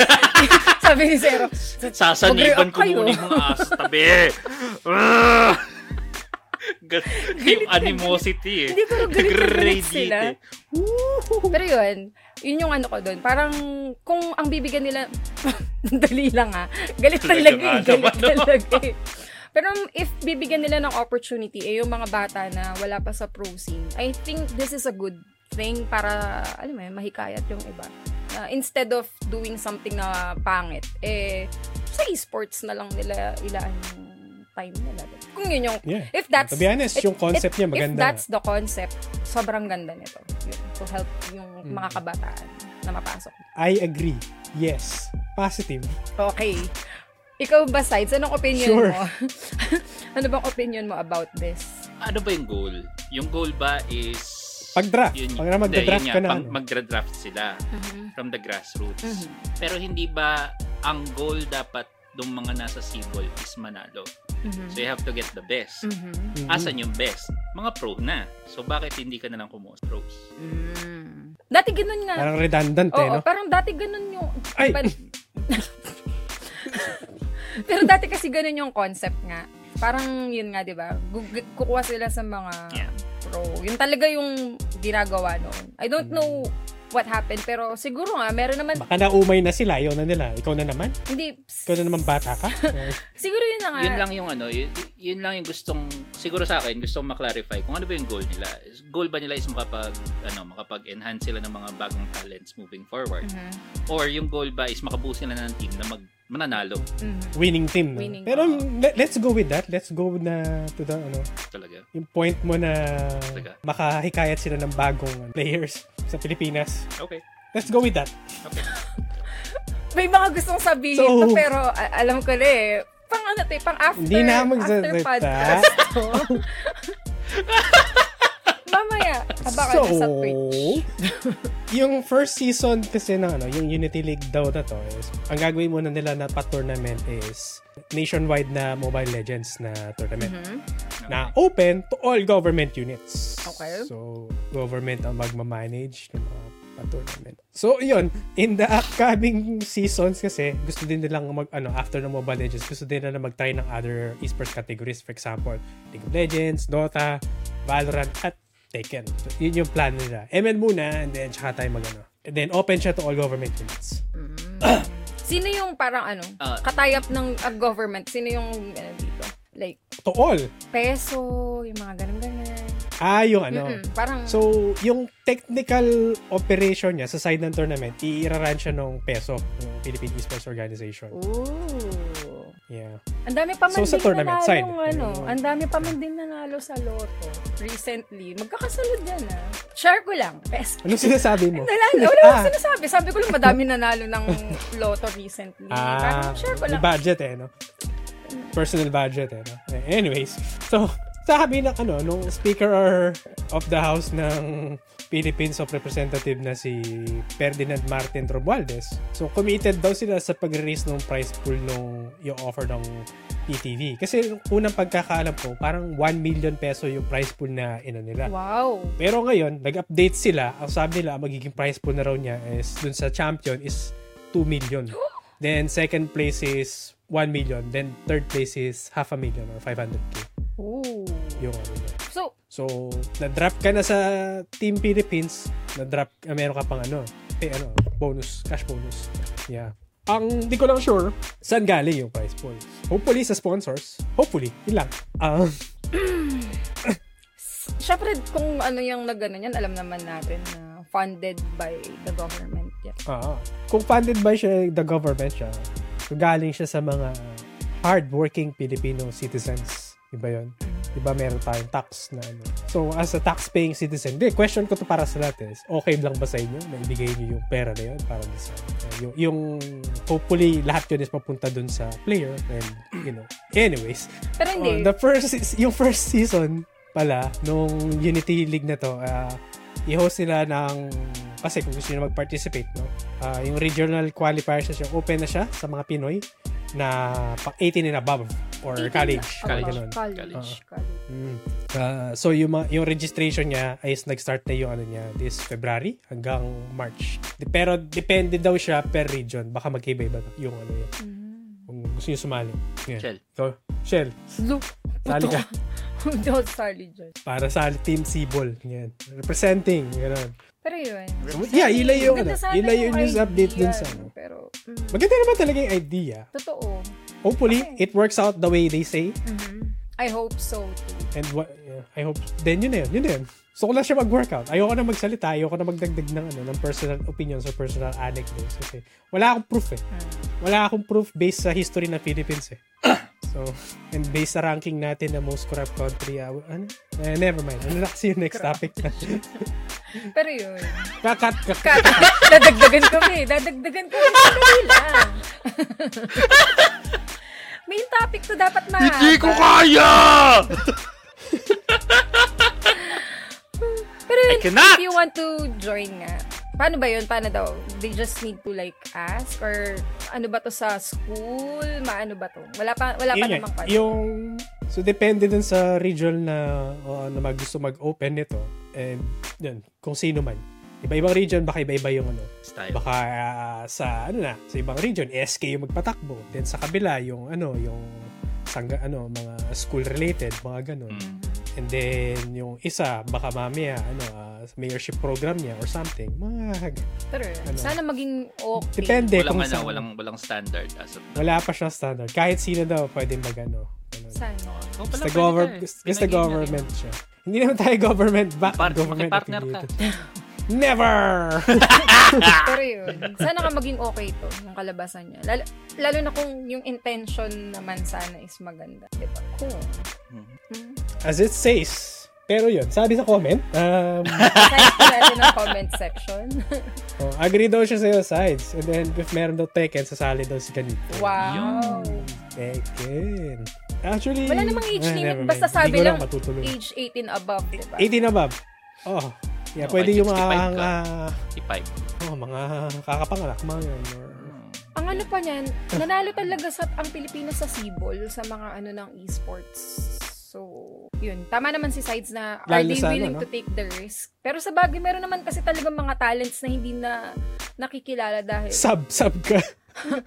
Speaker 1: sabi ni Zero,
Speaker 2: Sasaniban
Speaker 1: Mag-react
Speaker 2: ko
Speaker 1: kayo.
Speaker 2: muna yung mga aso tabi. Ah! Gan- yung animosity eh.
Speaker 1: Hindi ko galit na galit
Speaker 2: Nagre-radiate
Speaker 1: sila.
Speaker 2: eh.
Speaker 1: Pero yun, yun yung ano ko doon. Parang kung ang bibigyan nila, dali lang ah. Galit
Speaker 2: Talaga
Speaker 1: talaga
Speaker 2: nga
Speaker 1: eh. Galit
Speaker 2: naman, no?
Speaker 1: talaga eh. Pero if bibigyan nila ng opportunity, eh, yung mga bata na wala pa sa pro scene, I think this is a good thing para, alam mo yun, mahikayat yung iba. Na instead of doing something na pangit, eh, sa esports na lang nila ilaan yung time nila. Kung yun yung,
Speaker 3: Yeah.
Speaker 1: if that's,
Speaker 3: to be honest,
Speaker 1: if-
Speaker 3: yung concept niya
Speaker 1: if
Speaker 3: maganda.
Speaker 1: that's the concept, sobrang ganda nito. Yun, to help yung
Speaker 3: Mm.
Speaker 1: mga kabataan na mapasok.
Speaker 3: I agree. Yes. Positive.
Speaker 1: Okay. Ikaw ba, Sides? Anong opinion
Speaker 3: Sure.
Speaker 1: mo? ano bang opinion mo about this?
Speaker 2: Ano ba yung goal? Yung goal ba is...
Speaker 3: Pag-draft.
Speaker 2: Yun-
Speaker 3: Pag na magda-draft
Speaker 2: Hindi, yun
Speaker 3: ka
Speaker 2: nga,
Speaker 3: na,
Speaker 2: pag-
Speaker 3: ano.
Speaker 2: Magdra-draft sila from the grassroots.
Speaker 1: Mhm.
Speaker 2: Pero hindi ba ang goal dapat ng mga nasa Cebol is manalo?
Speaker 1: Mhm.
Speaker 2: So you have to get the best.
Speaker 1: Mhm.
Speaker 3: Mhm.
Speaker 2: Asan yung best? Mga pro na. So bakit hindi ka na lang kumuha sa pros?
Speaker 1: Mm-hmm. Dati ganun nga.
Speaker 3: Parang redundant eh,
Speaker 1: Oo,
Speaker 3: no?
Speaker 1: parang dati ganun yung...
Speaker 3: Ay!
Speaker 1: But- Pero dati kasi ganun yung concept nga. Parang yun nga, di ba? Gug- Kukuha sila sa mga
Speaker 2: Yeah.
Speaker 1: pro. Yun talaga yung ginagawa noon. I don't know what happened, pero siguro nga, meron naman,
Speaker 3: Baka naumay na sila. Ayaw na nila. Ikaw na naman.
Speaker 1: hindi,
Speaker 3: Ikaw na naman bata ka.
Speaker 1: siguro yun na nga.
Speaker 2: Yun lang yung ano, yun, yun lang yung gustong, siguro sa akin, gustong maklarify kung ano ba yung goal nila. Goal ba nila is makapag, ano, makapag-enhance sila ng mga bagong talents moving forward?
Speaker 1: Mhm.
Speaker 3: Mm.
Speaker 2: Or yung goal ba is makabuo sila ng team na mag, mananalo
Speaker 1: Mhm.
Speaker 3: Winning team. No?
Speaker 1: Winning.
Speaker 3: Pero le- let's go with that. Let's go na to the, ano,
Speaker 2: talaga?
Speaker 3: yung point mo na
Speaker 2: Talaga.
Speaker 3: makahikayat sila ng bagong ano, players sa Pilipinas.
Speaker 2: Okay.
Speaker 3: Let's go with that.
Speaker 1: May mga gustong sabihin
Speaker 3: So-
Speaker 1: to, pero a- alam ko na eh. Pang ano to eh, pang after,
Speaker 3: Hindi na
Speaker 1: after
Speaker 3: magsasalita.
Speaker 1: podcast to. Mamaya, abaka so, sa Twitch.
Speaker 3: yung first season kasi na ano, yung Unity League daw na to is, ang gagawin muna nila na pa-tournament is nationwide na Mobile Legends na tournament
Speaker 1: Mhm.
Speaker 3: na open to all government units.
Speaker 1: Okay.
Speaker 3: So, government ang magmamanage ng mga pa-tournament. So, yun. In the upcoming seasons kasi, gusto din nilang mag, ano, after ng Mobile Legends, gusto din nila mag-try ng other esports categories. For example, League of Legends, Dota, Valorant, at Tekken. So, yun yung plan nila. ML muna, and then tsaka tayo mag, ano. And then, open siya to all government units.
Speaker 1: Sino yung parang ano,
Speaker 2: Ah.
Speaker 1: katayap ng ah, government? Sino yung ano, dito? Like,
Speaker 3: To all.
Speaker 1: peso, yung mga ganun-ganun.
Speaker 3: Ah, yung ano.
Speaker 1: Mm-mm, Parang,
Speaker 3: So, yung technical operation niya sa side ng tournament, iiraran siya E ng PESO, yung Philippine Esports Organization.
Speaker 1: ooh.
Speaker 3: Yeah.
Speaker 1: Ang dami pa man din
Speaker 3: So, sa tournament
Speaker 1: nanalo
Speaker 3: side.
Speaker 1: ng ano,
Speaker 3: Mm.
Speaker 1: ang dami pa man din nanalo sa loto recently. Magkakasunod yan ah. Share ko lang. Best.
Speaker 3: Anong sinasabi mo?
Speaker 1: Nanalo. Wala akong
Speaker 3: Ano? Ah.
Speaker 1: sinasabi. Sabi ko lang madami nanalo ng loto recently.
Speaker 3: Ah,
Speaker 1: Parang share ko
Speaker 3: may
Speaker 1: lang.
Speaker 3: budget eh, no? Personal budget eh, no? Anyways, so, sabi ng ano, nung Speaker or of the House ng Philippines of Representative na si Ferdinand Martin Romualdez. So, committed daw sila sa pag-release ng prize pool nung yung offer ng PTV. Kasi nung unang pagkakaalam ko, parang 1 million peso yung prize pool na ina nila.
Speaker 1: Wow.
Speaker 3: Pero ngayon, nag-update sila. Ang sabi nila, ang magiging prize pool na raw niya is dun sa champion is 2 million. Then second place is 1 million. Then third place is half a million or 500k.
Speaker 1: Ooh.
Speaker 3: Yung ano niya.
Speaker 1: So,
Speaker 3: So, na-drop ka na sa Team Philippines, na-drop, ah, meron ka pang ano, eh, ano, bonus, cash bonus. Yeah. Ang di ko lang sure, saan galing yung prize pool. Hopefully sa sponsors. Hopefully, yun lang. Ah,
Speaker 1: syempre kung ano yung nagano yan, alam naman natin na funded by the government yan.
Speaker 3: Ah, kung funded by siya, the government siya, galing siya sa mga hardworking Filipino citizens Iba yun. Diba meron tayong tax na ano. So, as a tax-paying citizen, di, question ko to para sa lahat is, okay lang ba sa inyo na ibigay niyo yung pera na yun para doon sa, uh, yung, yung, hopefully, lahat yun is papunta dun sa player and, you know, anyways.
Speaker 1: Pero hindi.
Speaker 3: Oh, the first, is- yung first season pala, nung Unity League na to, ah, i-host nila ng, kasi kung gusto nyo mag-participate, no? ah, yung regional qualifiers na siya, open na siya sa mga Pinoy na pa 18 and above
Speaker 1: 18
Speaker 3: or
Speaker 1: na-
Speaker 3: college.
Speaker 1: Oo,
Speaker 3: parang
Speaker 2: College.
Speaker 3: ganun.
Speaker 1: college,
Speaker 2: College.
Speaker 1: college.
Speaker 3: Mm. Ah, so yung ma- yung registration niya ay is nag-start na yung ano niya this February hanggang March. Di- pero depende daw siya per region. Baka magkaiba-iba yung ano yun.
Speaker 1: Mm-hmm.
Speaker 3: Kung gusto niyo sumali. Yeah.
Speaker 2: Shell.
Speaker 3: So, Shell,
Speaker 1: Look,
Speaker 3: sali ka
Speaker 1: don't sali dyan.
Speaker 3: para sa Team Sibol. Yan. Representing, ganun.
Speaker 1: Pero yun.
Speaker 3: So, yeah, yun lang yung,
Speaker 1: Ganda
Speaker 3: ano,
Speaker 1: sana
Speaker 3: yun lang yung news
Speaker 1: idea,
Speaker 3: update dun sa ano.
Speaker 1: Pero, mm,
Speaker 3: Maganda naman talaga yung idea.
Speaker 1: totoo.
Speaker 3: Hopefully,
Speaker 1: Okay.
Speaker 3: it works out the way they say.
Speaker 1: I hope so too.
Speaker 3: And what, yeah, I hope, then yun na yun, yun na yun. So ko lang siya mag-workout. Ayoko na magsalita, ayoko na magdagdag ng, ano, ng personal opinions or personal anecdotes. Kasi wala akong proof eh.
Speaker 1: Hmm.
Speaker 3: Wala akong proof based sa history ng Philippines eh. so, and based sa ranking natin na most corrupt country, ah, ano? Eh, never mind. Ano na kasi yung next topic na?
Speaker 1: Pero yun.
Speaker 3: Kakat, kakat.
Speaker 1: Kat, dadagdagan kami. Dadagdagan kami. Sandali lang. Main topic to dapat ma...
Speaker 2: kaya!
Speaker 1: Pero yun,
Speaker 2: I cannot!
Speaker 1: if you want to join nga, paano ba yun? Paano daw? They just need to like ask? Or ano ba to sa school? Maano ba to? Wala pa, wala pa
Speaker 3: Yun nga,
Speaker 1: namang pa.
Speaker 3: yung, so depende dun sa region na, o, na mag, gusto mag-open nito. And, yun, kung sino man. Iba-ibang region, baka iba-iba yung ano,
Speaker 2: Style.
Speaker 3: Baka ah, sa ano na, sa ibang region, SK yung magpatakbo. Then sa kabila yung ano, yung sangga ano, mga school related, mga ganun.
Speaker 2: Mm.
Speaker 3: And then yung isa baka mamaya ano, ah, sa mayorship program niya or something. Mga gan-
Speaker 1: Pero yun,
Speaker 3: ano?
Speaker 1: sana maging okay.
Speaker 3: depende
Speaker 2: Walang,
Speaker 3: kung
Speaker 2: ano,
Speaker 3: saan.
Speaker 2: walang, walang standard as of now.
Speaker 3: Wala pa siyang standard. Kahit sino daw pwede mag ano. ganun.
Speaker 1: Sana.
Speaker 2: Oh,
Speaker 3: Basta,
Speaker 2: pala, pwede ka eh.
Speaker 3: gover- basta
Speaker 2: Pinag-game na
Speaker 3: government siya. Hindi naman tayo government back.
Speaker 2: rin. Par-
Speaker 3: government
Speaker 2: Partner ka.
Speaker 3: affiliated. Never!
Speaker 1: Pero yun, sana nga maging okay to, yung kalabasan niya. Lalo, lalo na kung yung intention naman sana is maganda. Di ba? Cool.
Speaker 2: Mhm.
Speaker 1: Hmm.
Speaker 3: As it says. Pero yun, sabi sa comment, um,
Speaker 1: Kahit pa natin ang comment section.
Speaker 3: Oh, agree daw siya sa'yo, sides. And then, if meron daw Tekken, sasali daw si Kanito.
Speaker 1: wow.
Speaker 3: Tekken. Actually,
Speaker 1: Wala namang age
Speaker 3: ah,
Speaker 1: limit.
Speaker 3: never mind.
Speaker 1: Basta sabi
Speaker 3: Hindi ko
Speaker 1: lang,
Speaker 3: lang matutuloy.
Speaker 1: age 18 above, di ba?
Speaker 3: 18 above. Oh. Yeah,
Speaker 2: Okay,
Speaker 3: pwede yung mga,
Speaker 2: 65 ka.
Speaker 3: ah,
Speaker 2: Ipipe.
Speaker 3: oh, mga kakapangalak, mga yun. or-
Speaker 1: Ang ano pa niyan, nanalo talaga sa, ang Pilipinas sa Sibol sa mga ano ng esports. So, yun. Tama naman si Sides na are
Speaker 3: Lalo
Speaker 1: they
Speaker 3: sa ano,
Speaker 1: willing
Speaker 3: no?
Speaker 1: to take the risk? Pero sa bagay, meron naman kasi talagang mga talents na hindi na nakikilala dahil
Speaker 3: Sub, sub ka.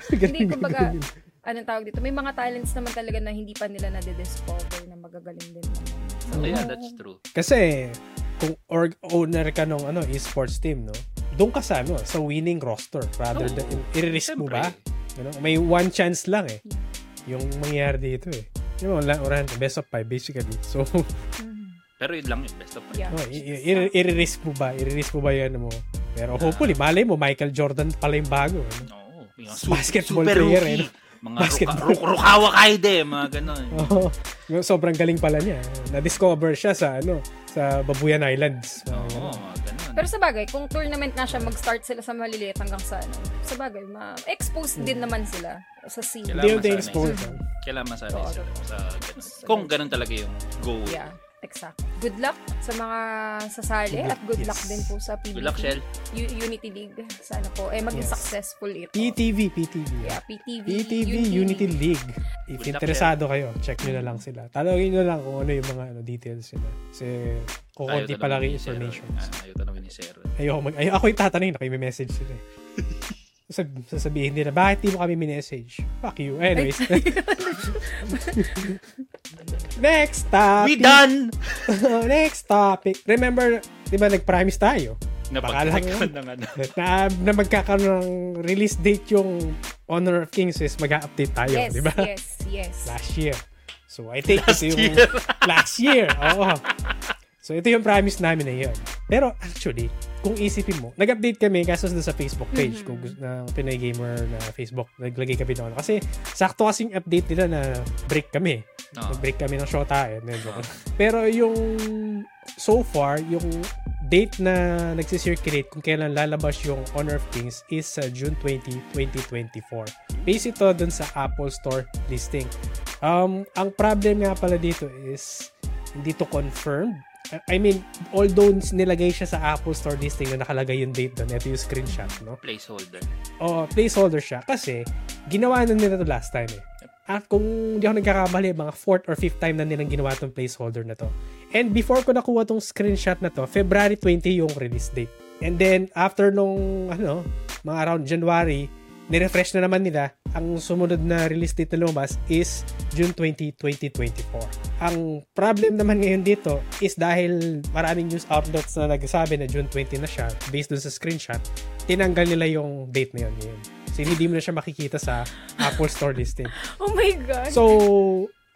Speaker 1: Hindi,
Speaker 3: Ganun,
Speaker 1: kumbaga,
Speaker 3: ganun.
Speaker 1: anong tawag dito, may mga talents naman talaga na hindi pa nila na-discover na magagaling din naman.
Speaker 2: So, yeah, that's true.
Speaker 3: Kasi, kung org owner ka ng ano, esports team, no? Doon ka sa, ano, sa winning roster. Rather
Speaker 2: Oo.
Speaker 3: than, i-risk mo
Speaker 2: Oh. Siyempre.
Speaker 3: ba? You know, may one chance lang eh. Yung mangyari dito eh. Yung wala, wala, best of five basically. So,
Speaker 1: Mhm.
Speaker 2: Pero yun lang yun. Best of five.
Speaker 1: Yeah.
Speaker 3: no, i- i- i-risk mo ba? I-risk mo ba yan mo? Pero hopefully, malay mo, Michael Jordan pala yung bago. Ano?
Speaker 2: Oo. Yung
Speaker 3: S-
Speaker 2: su-
Speaker 3: basketball
Speaker 2: super
Speaker 3: player,
Speaker 2: rookie.
Speaker 3: eh,
Speaker 2: Mga
Speaker 3: Basketball. Oh.
Speaker 2: ruka, ruk- rukawa kaide, mga ganon.
Speaker 3: Oo. Yung sobrang galing pala niya. eh. Na-discover siya sa, ano, sa Babuyan Islands.
Speaker 2: Oo,
Speaker 3: Mga ganun.
Speaker 2: mga ganon.
Speaker 1: Pero sa bagay, kung tournament na siya, mag-start sila sa maliliit hanggang sa ano. Sa bagay, ma-expose din
Speaker 3: Hmm.
Speaker 1: naman sila sa scene.
Speaker 2: Kailangan
Speaker 3: Hindi yung
Speaker 2: masanay.
Speaker 3: expose.
Speaker 2: Kailangan masanay
Speaker 1: Oo,
Speaker 2: sila sa ganon.
Speaker 1: So,
Speaker 2: Kung ganon talaga yung goal.
Speaker 1: ano? Yeah, exact. Good luck sa mga sasali
Speaker 3: Good
Speaker 1: at good
Speaker 3: luck,
Speaker 1: luck
Speaker 3: yes.
Speaker 1: din po sa PBB.
Speaker 2: Good luck, Shell.
Speaker 1: U- Unity League. Sana po. Eh, maging
Speaker 3: Yes.
Speaker 1: successful ito.
Speaker 3: PTV, PTV.
Speaker 1: Yeah, PTV.
Speaker 3: PTV E Unity League. If
Speaker 2: Good luck,
Speaker 3: interesado kayo, check nyo na lang sila. Tanongin nyo lang kung ano yung mga ano, details nila. Kasi
Speaker 2: Ayaw
Speaker 3: kukunti
Speaker 2: tanongin
Speaker 3: pala
Speaker 2: ni
Speaker 3: kayo
Speaker 2: Zero.
Speaker 3: informations.
Speaker 2: Ah, Ayaw tanongin ni Zero.
Speaker 3: Ayoko mag... Ay, ako yung tatanungin na kayo may message sila. eh. Sab- sasabihin nila, bakit di mo kami minessage? Fuck you. Anyways. Next topic.
Speaker 2: We done!
Speaker 3: Next topic. Remember, di ba nag-promise tayo? Baka lang
Speaker 2: Napagkakaroon ng ano.
Speaker 3: Na, na magkakaroon ng release date yung Honor of Kings is mag-update tayo,
Speaker 1: Yes,
Speaker 3: di ba?
Speaker 1: yes, yes.
Speaker 3: Last year. So, I think
Speaker 2: Last
Speaker 3: ito yung...
Speaker 2: year.
Speaker 3: last year. Oo. So, ito yung promise namin na yun. Pero actually, kung isipin mo, nag-update kami kaso doon sa Facebook page
Speaker 2: Mm-hmm.
Speaker 3: kung gusto ng Pinay Gamer na Facebook. Naglagay kami doon. Kasi sakto kasing update nila na break kami.
Speaker 2: Oo.
Speaker 3: Break kami ng shota eh. Medyo. Pero yung so far, yung date na nagsisirculate kung kailan lalabas yung Honor of Kings is sa June 20, 2024. Based ito dun sa Apple Store listing. Um, ang problem nga pala dito is hindi to confirmed. I- I mean, although nilagay siya sa Apple Store listing na nakalagay yung date doon, ito yung screenshot, no?
Speaker 2: Placeholder.
Speaker 3: O, placeholder siya kasi ginawa na nila to last time eh. At kung hindi ako nagkakamali, mga fourth or fifth time na nilang ginawa tong placeholder na to. And before ko nakuha tong screenshot na to, February 20 yung release date. And then, after nung, ano, mga around January, nirefresh na naman nila. Ang sumunod na release date na lumas is June 20, 2024. Ang problem naman ngayon dito is dahil maraming news outlets na nagsabi na June 20 na siya, based dun sa screenshot, tinanggal nila yung date na yun ngayon. So, hindi mo na siya makikita sa Apple Store listing.
Speaker 1: Oh my God.
Speaker 3: So,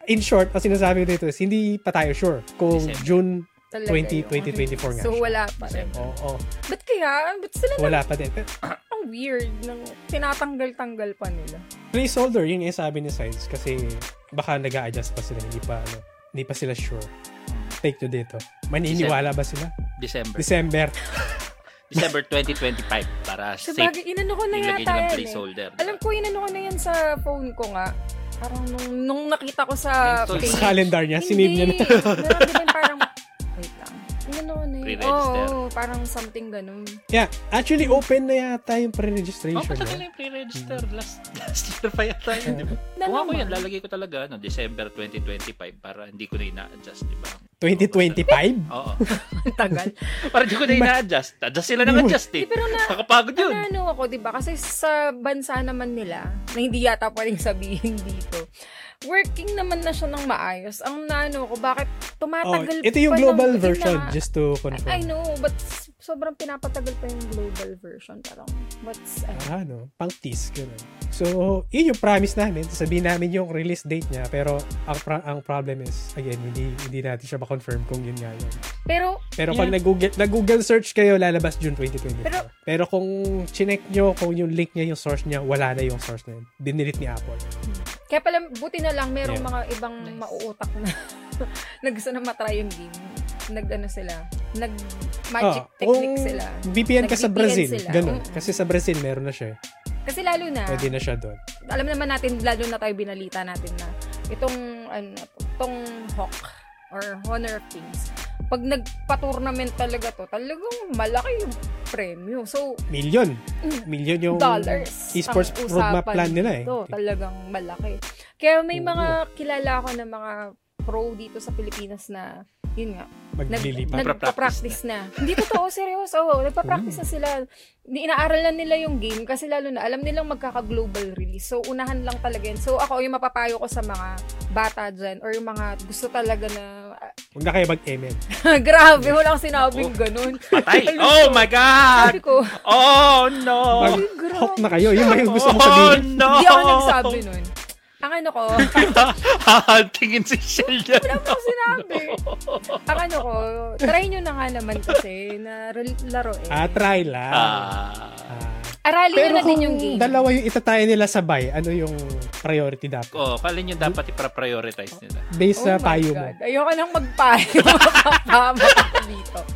Speaker 3: in short, ang sinasabi ko dito is hindi pa tayo sure kung
Speaker 2: December.
Speaker 3: June
Speaker 1: Talaga
Speaker 3: 20,
Speaker 1: yun.
Speaker 3: 2024 nga.
Speaker 1: So,
Speaker 3: siya.
Speaker 1: wala pa rin.
Speaker 3: Oo, oo.
Speaker 1: Ba't kaya? Ba't sila
Speaker 3: wala pa din. Pero
Speaker 1: Ang weird nang tinatanggal-tanggal pa nila.
Speaker 3: Placeholder, yun yung sabi ni Sides kasi baka nag adjust pa sila. Hindi pa, ano, hindi pa sila sure. Take to dito. Maniniwala ba sila?
Speaker 2: December.
Speaker 3: December.
Speaker 2: December 2025 para
Speaker 1: Sa
Speaker 2: safe.
Speaker 1: bagay, inano ko na
Speaker 2: Nilagay
Speaker 1: yata
Speaker 2: nilang
Speaker 1: yan
Speaker 2: placeholder.
Speaker 1: eh. Alam ko, inano ko na yan sa phone ko nga. Parang nung, nung nakita ko sa
Speaker 2: Install
Speaker 1: page.
Speaker 3: Sa calendar niya, sinave niya na.
Speaker 1: Hindi. Meron din parang, wait lang. Inano ko na yun. Oo,
Speaker 2: Pre-register.
Speaker 1: oo, parang something ganun.
Speaker 3: yeah, actually open na yata yung pre-registration.
Speaker 2: Oh, matagal
Speaker 3: no?
Speaker 2: na yung pre-register.
Speaker 3: Mm.
Speaker 2: Last, last year pa yata yun, di ba?
Speaker 1: Na
Speaker 2: Kung ako
Speaker 1: naman.
Speaker 2: yan, lalagay ko talaga, ano, December 2025 para hindi ko na ina-adjust, di ba?
Speaker 3: 2025?
Speaker 2: Oo.
Speaker 1: Ang tagal.
Speaker 2: para hindi ko na ina-adjust. Adjust sila ng adjust,
Speaker 1: Di,
Speaker 2: eh.
Speaker 1: pero na-
Speaker 2: Nakakapagod yun.
Speaker 1: Ano ako, di ba? Kasi sa bansa naman nila, na hindi yata pwedeng sabihin dito, working naman na siya ng maayos. Ang naano ko, bakit
Speaker 3: Oh,
Speaker 1: tumatagal
Speaker 3: ito
Speaker 1: pa
Speaker 3: yung
Speaker 1: ng-
Speaker 3: global
Speaker 1: Ina-
Speaker 3: version, just to confirm.
Speaker 1: I know, but s- sobrang pinapatagal pa yung global version. Parang, what's, ano,
Speaker 3: Ah, ano, pang tease, ganun. So, yun yung promise namin. Sabihin namin yung release date niya. Pero, ang, pro- ang problem is, again, hindi, hindi natin siya ma-confirm kung yun nga yun.
Speaker 1: pero,
Speaker 3: Pero pag
Speaker 2: Yeah.
Speaker 3: nag-Google, nag-Google search kayo, lalabas June 2024. Pero,
Speaker 1: Pero-
Speaker 3: kung chinek nyo, kung yung link niya, yung source niya, wala na yung source na yun. Dinilit ni Apple.
Speaker 1: kaya pala, buti na lang, merong
Speaker 3: Yeah.
Speaker 1: mga ibang mauutak na na gusto na matry yung game. Nag, ano sila, nag magic
Speaker 3: Ah,
Speaker 1: technique sila.
Speaker 3: VPN ka sa
Speaker 1: Nag-VPN
Speaker 3: Brazil,
Speaker 1: sila. Mm.
Speaker 3: ganun.
Speaker 1: Oo.
Speaker 3: Kasi sa Brazil, meron na siya. eh.
Speaker 1: Kasi lalo na,
Speaker 3: Pwede na siya doon.
Speaker 1: alam naman natin, lalo na tayo binalita natin na itong, ano, itong Hawk or Honor of Kings, pag nagpa-tournament talaga to, talagang malaki yung premyo. So,
Speaker 3: Million. Million yung
Speaker 1: Mm. dollars.
Speaker 3: esports
Speaker 1: ang
Speaker 3: roadmap
Speaker 1: usapan
Speaker 3: plan nila eh.
Speaker 1: dito. talagang malaki. Kaya may
Speaker 3: Oo.
Speaker 1: mga kilala ako ng mga pro dito sa Pilipinas na yun nga,
Speaker 3: Maglilipat.
Speaker 1: nagpa-practice na. Hindi totoo, seryoso. Oo, nagpa-practice na
Speaker 3: Mm.
Speaker 1: sila. Inaaral na nila yung game kasi lalo na alam nilang magkaka-global release. So, unahan lang talaga yun. So, ako yung mapapayo ko sa mga bata dyan or yung mga gusto talaga na
Speaker 3: Huwag na kayo mag-ML.
Speaker 1: grabe, wala akong sinabing ganun.
Speaker 2: Patay. Oh my God!
Speaker 1: Sabi ko,
Speaker 2: Oh no!
Speaker 3: Mag
Speaker 1: Ay, grabe.
Speaker 3: hawk na kayo. Yun ba yung gusto mo
Speaker 2: Oh
Speaker 3: sabihin?
Speaker 2: no!
Speaker 1: hindi ako nagsabi nun. Ang ano ko,
Speaker 2: Hahantingin si Shell yan.
Speaker 1: Wala akong sinabi. Ang ano ko, try nyo na nga naman kasi na rel- laruin.
Speaker 3: Ah, try lang.
Speaker 2: Ah.
Speaker 3: Ah.
Speaker 1: Aralin nyo
Speaker 3: Pero
Speaker 1: na din
Speaker 3: kung
Speaker 1: yung game.
Speaker 3: dalawa yung itataya nila sabay, ano yung priority dapat?
Speaker 2: Oh, kalin yung dapat i-prioritize nila.
Speaker 3: Based sa
Speaker 1: Oh my
Speaker 3: payo mo.
Speaker 1: God. Ayoko nang magpayo. Makakama ako dito.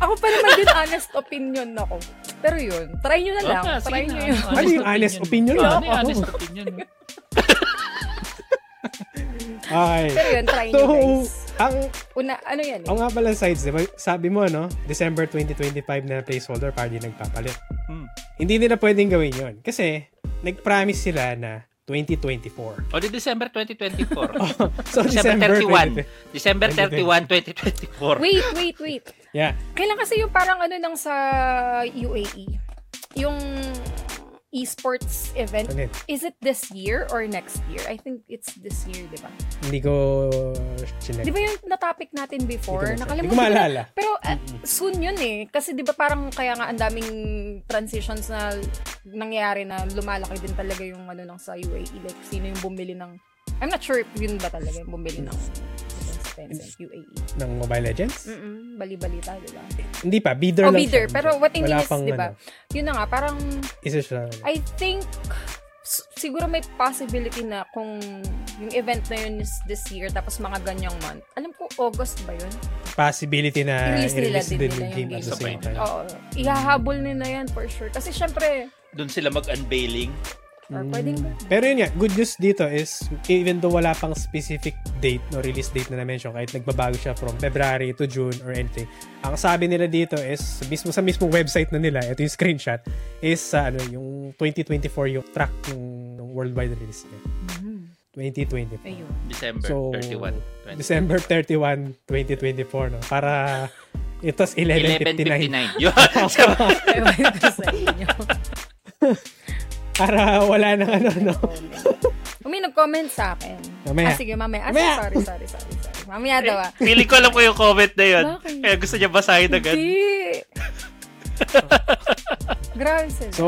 Speaker 1: ako pa naman din honest opinion ako. Pero yun, try nyo na lang.
Speaker 2: Oh, sige
Speaker 1: try
Speaker 2: na.
Speaker 1: nyo yun.
Speaker 3: Ano yung honest opinion?
Speaker 2: Oh, ano yung
Speaker 3: Ako.
Speaker 2: honest opinion?
Speaker 3: Okay.
Speaker 1: Pero yun, try nyo
Speaker 3: So,
Speaker 1: guys.
Speaker 3: ang,
Speaker 1: Una, ano yan eh?
Speaker 3: ang nga pala sides, diba? sabi mo, no? December 2025 na placeholder, parang di nagpapalit.
Speaker 2: Hmm.
Speaker 3: Hindi nila pwedeng gawin yon Kasi, nag-promise sila na 2024.
Speaker 2: O, di December
Speaker 3: Ah.
Speaker 2: 2024.
Speaker 3: so,
Speaker 2: December
Speaker 3: December
Speaker 2: 31. December
Speaker 3: 20.
Speaker 2: 31, 2024.
Speaker 1: Wait, wait, wait.
Speaker 3: Yeah.
Speaker 1: Kailan kasi yung parang ano nang sa UAE? Yung esports event?
Speaker 3: Ano yun?
Speaker 1: Is it this year or next year? I think it's this year, di ba?
Speaker 3: Hindi ko chinek.
Speaker 1: Di ba yung na-topic natin before?
Speaker 3: Hindi ko
Speaker 1: Nakalimutan ko
Speaker 3: Hindi ko
Speaker 1: na.
Speaker 3: maalala.
Speaker 1: Pero uh, soon yun eh. Kasi di ba parang kaya nga ang daming transitions na nangyayari na lumalaki din talaga yung ano nang sa UAE. Like sino yung bumili ng... I'm not sure if yun ba talaga yung bumili ng defense fence ng UAE.
Speaker 3: Ng Mobile Legends?
Speaker 1: Mm-mm, E. bali-balita, di ba?
Speaker 3: Hindi pa.
Speaker 1: Mm.
Speaker 3: Bidder
Speaker 1: Oh,
Speaker 3: lang
Speaker 1: bidder.
Speaker 3: siya. ano.
Speaker 1: Pero what I mean
Speaker 3: Wala
Speaker 1: is,
Speaker 3: pang,
Speaker 1: di ba?
Speaker 3: ano,
Speaker 1: Yun na nga, parang
Speaker 3: isa siya.
Speaker 1: I think s- siguro may possibility na kung yung event na yun is this year tapos mga ganyang month. Alam ko, August ba yun?
Speaker 3: Possibility na
Speaker 1: I-release nila
Speaker 3: Ah, i-release
Speaker 1: din
Speaker 3: din
Speaker 1: nila
Speaker 3: yung
Speaker 1: yung
Speaker 3: game at the
Speaker 2: game.
Speaker 3: same
Speaker 2: Sabay.
Speaker 3: time.
Speaker 1: Oo. Ihahabol nila yan for sure. Kasi syempre,
Speaker 4: Doon sila mag-unveiling.
Speaker 1: or pwedeng
Speaker 3: Mm. Pero yun nga, good news dito is even though wala pang specific date no release date na na-mention kahit nagbabago siya from February to June or anything. Ang sabi nila dito is mismo sa mismong website na nila, ito yung screenshot is sa ano yung 2024 yung track ng ng worldwide release niya.
Speaker 1: Mm-hmm.
Speaker 3: 2024.
Speaker 1: ayun.
Speaker 2: December
Speaker 3: So,
Speaker 2: 31. 20.
Speaker 3: December 31, 2024 no. Para itas 11:59.
Speaker 2: 11.59. Yun.
Speaker 1: Ewan ko sa inyo.
Speaker 3: Para wala nang ano no.
Speaker 1: Umi, nag-comment sa akin.
Speaker 3: Mamaya.
Speaker 1: Ah, sige, mamaya. Ah,
Speaker 3: Mamaya.
Speaker 1: sorry, sorry, sorry, sorry. Mamaya daw ah.
Speaker 4: Feeling ko alam ko yung comment na yun.
Speaker 1: Bakit?
Speaker 4: Kaya gusto niya basahin agad.
Speaker 1: Hindi. Grabe sila.
Speaker 3: So,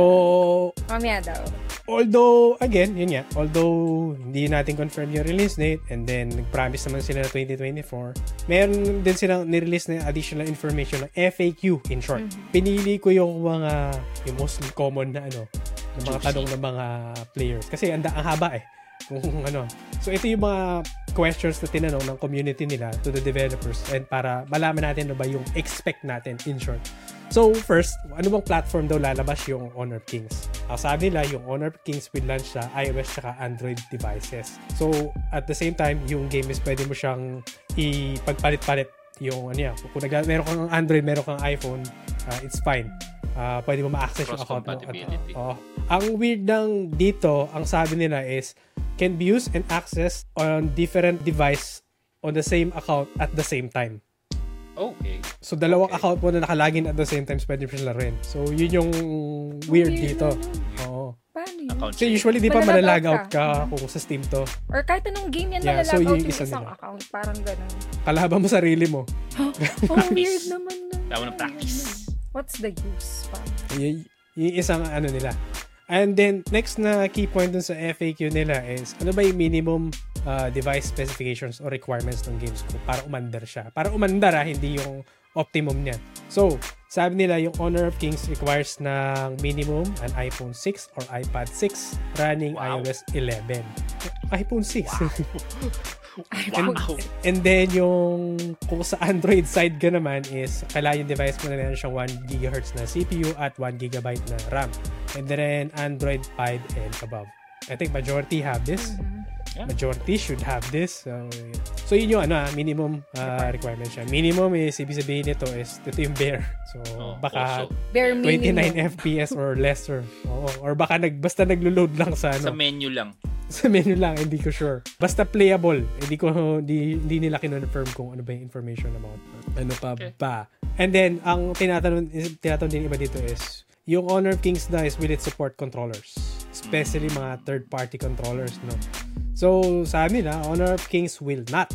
Speaker 1: mamaya daw.
Speaker 3: although again yun nga although hindi natin confirm yung release date and then nag-promise naman sila na 2024 meron din silang nirelease na additional information ng FAQ in short pinili ko yung mga yung most common na ano ng mga
Speaker 2: Juicy.
Speaker 3: tanong ng mga players kasi ang, da- ang haba eh kung ano so ito yung mga questions na tinanong ng community nila to the developers and para malaman natin na ba yung expect natin in short So first, ano bang platform daw lalabas yung Honor Kings? Ang sabi nila, yung Honor Kings will launch sa iOS at Android devices. So at the same time, yung game is pwede mo siyang ipagpalit-palit yung ano yan. Kung nag- meron kang Android, meron kang iPhone, ah, it's fine. Ah, pwede mo ma-access yung account mo.
Speaker 2: Cross-compatibility.
Speaker 3: At, oo. Ang weird ng dito, ang sabi nila is, can be used and accessed on different device on the same account at the same time.
Speaker 2: Okay.
Speaker 3: So, dalawang
Speaker 2: Okay.
Speaker 3: account mo na nakalagin at the same time, pwede mo sila rin. So, yun yung weird
Speaker 1: Weird
Speaker 3: dito.
Speaker 1: naman.
Speaker 3: Oo.
Speaker 1: Paano yun?
Speaker 2: Account
Speaker 3: So,
Speaker 2: sharing.
Speaker 3: usually, di pa malalag
Speaker 1: Malalag
Speaker 3: out
Speaker 1: out
Speaker 3: ka kung sa Steam to.
Speaker 1: Or kahit anong game yan,
Speaker 3: Yeah,
Speaker 1: yeah,
Speaker 3: so
Speaker 1: out
Speaker 3: yung
Speaker 1: yung
Speaker 3: isa
Speaker 1: isang
Speaker 3: nila.
Speaker 1: account. Parang ganun.
Speaker 3: Kalaban mo sarili mo.
Speaker 1: Oh, weird naman na.
Speaker 2: Tama ng practice.
Speaker 1: What's the use? Parang,
Speaker 3: Y- yung isang ano nila. And then, next na key point dun sa FAQ nila is, ano ba yung minimum uh, device specifications or requirements ng games ko para umandar siya? Para umandar ah, hindi yung optimum niya. So, sabi nila, yung Honor of Kings requires ng minimum an iPhone 6 or iPad 6 running
Speaker 4: Wow.
Speaker 3: iOS 11. iPhone 6.
Speaker 4: Wow.
Speaker 3: And then yung kung sa Android side ka naman is kailangan yung device mo na meron siyang 1 GHz na CPU at 1 GB na RAM. And then Android 5 and above. I think majority have this.
Speaker 2: Mm-hmm. Yeah.
Speaker 3: Majority should have this. So, yun. so yun yung ano, ah, minimum ah, requirement siya. Minimum is, ibig sabihin nito is, ito yung bare. So,
Speaker 2: Oh,
Speaker 3: baka
Speaker 2: also,
Speaker 1: bare
Speaker 3: 29
Speaker 1: minimum.
Speaker 3: FPS or lesser. Oo. Or baka nag, basta naglo-load lang sa
Speaker 2: sa
Speaker 3: ano
Speaker 2: menu lang.
Speaker 3: sa menu lang, hindi ko sure. Basta playable. Hindi ko hindi, hindi nila kinonfirm kung ano ba yung information about. Ano pa
Speaker 2: Okay.
Speaker 3: ba? And then ang tinatanong is- tinatanong din iba dito is yung Honor of Kings na is will it support controllers? Especially mga third party controllers, no. So, sa nila, Honor of Kings will not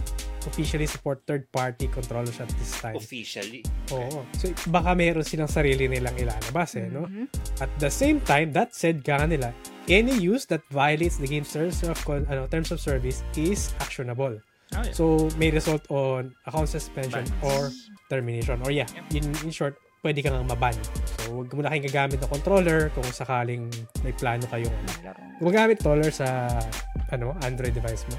Speaker 3: officially support third party controllers at this time.
Speaker 4: Officially.
Speaker 3: Oo. So, baka meron silang sarili nilang ilalabas eh, no?
Speaker 1: Mm-hmm.
Speaker 3: At the same time, that said ka nga nila, any use that violates the game's terms of, con- ano, terms of service is actionable.
Speaker 2: Oh, yeah.
Speaker 3: So, may result on account suspension
Speaker 2: Bans.
Speaker 3: or termination. Or yeah, in, in short, pwede kang maban. So, huwag mo na kayong gagamit ng controller kung sakaling may plano kayong ano. gumagamit taller sa ano Android device mo.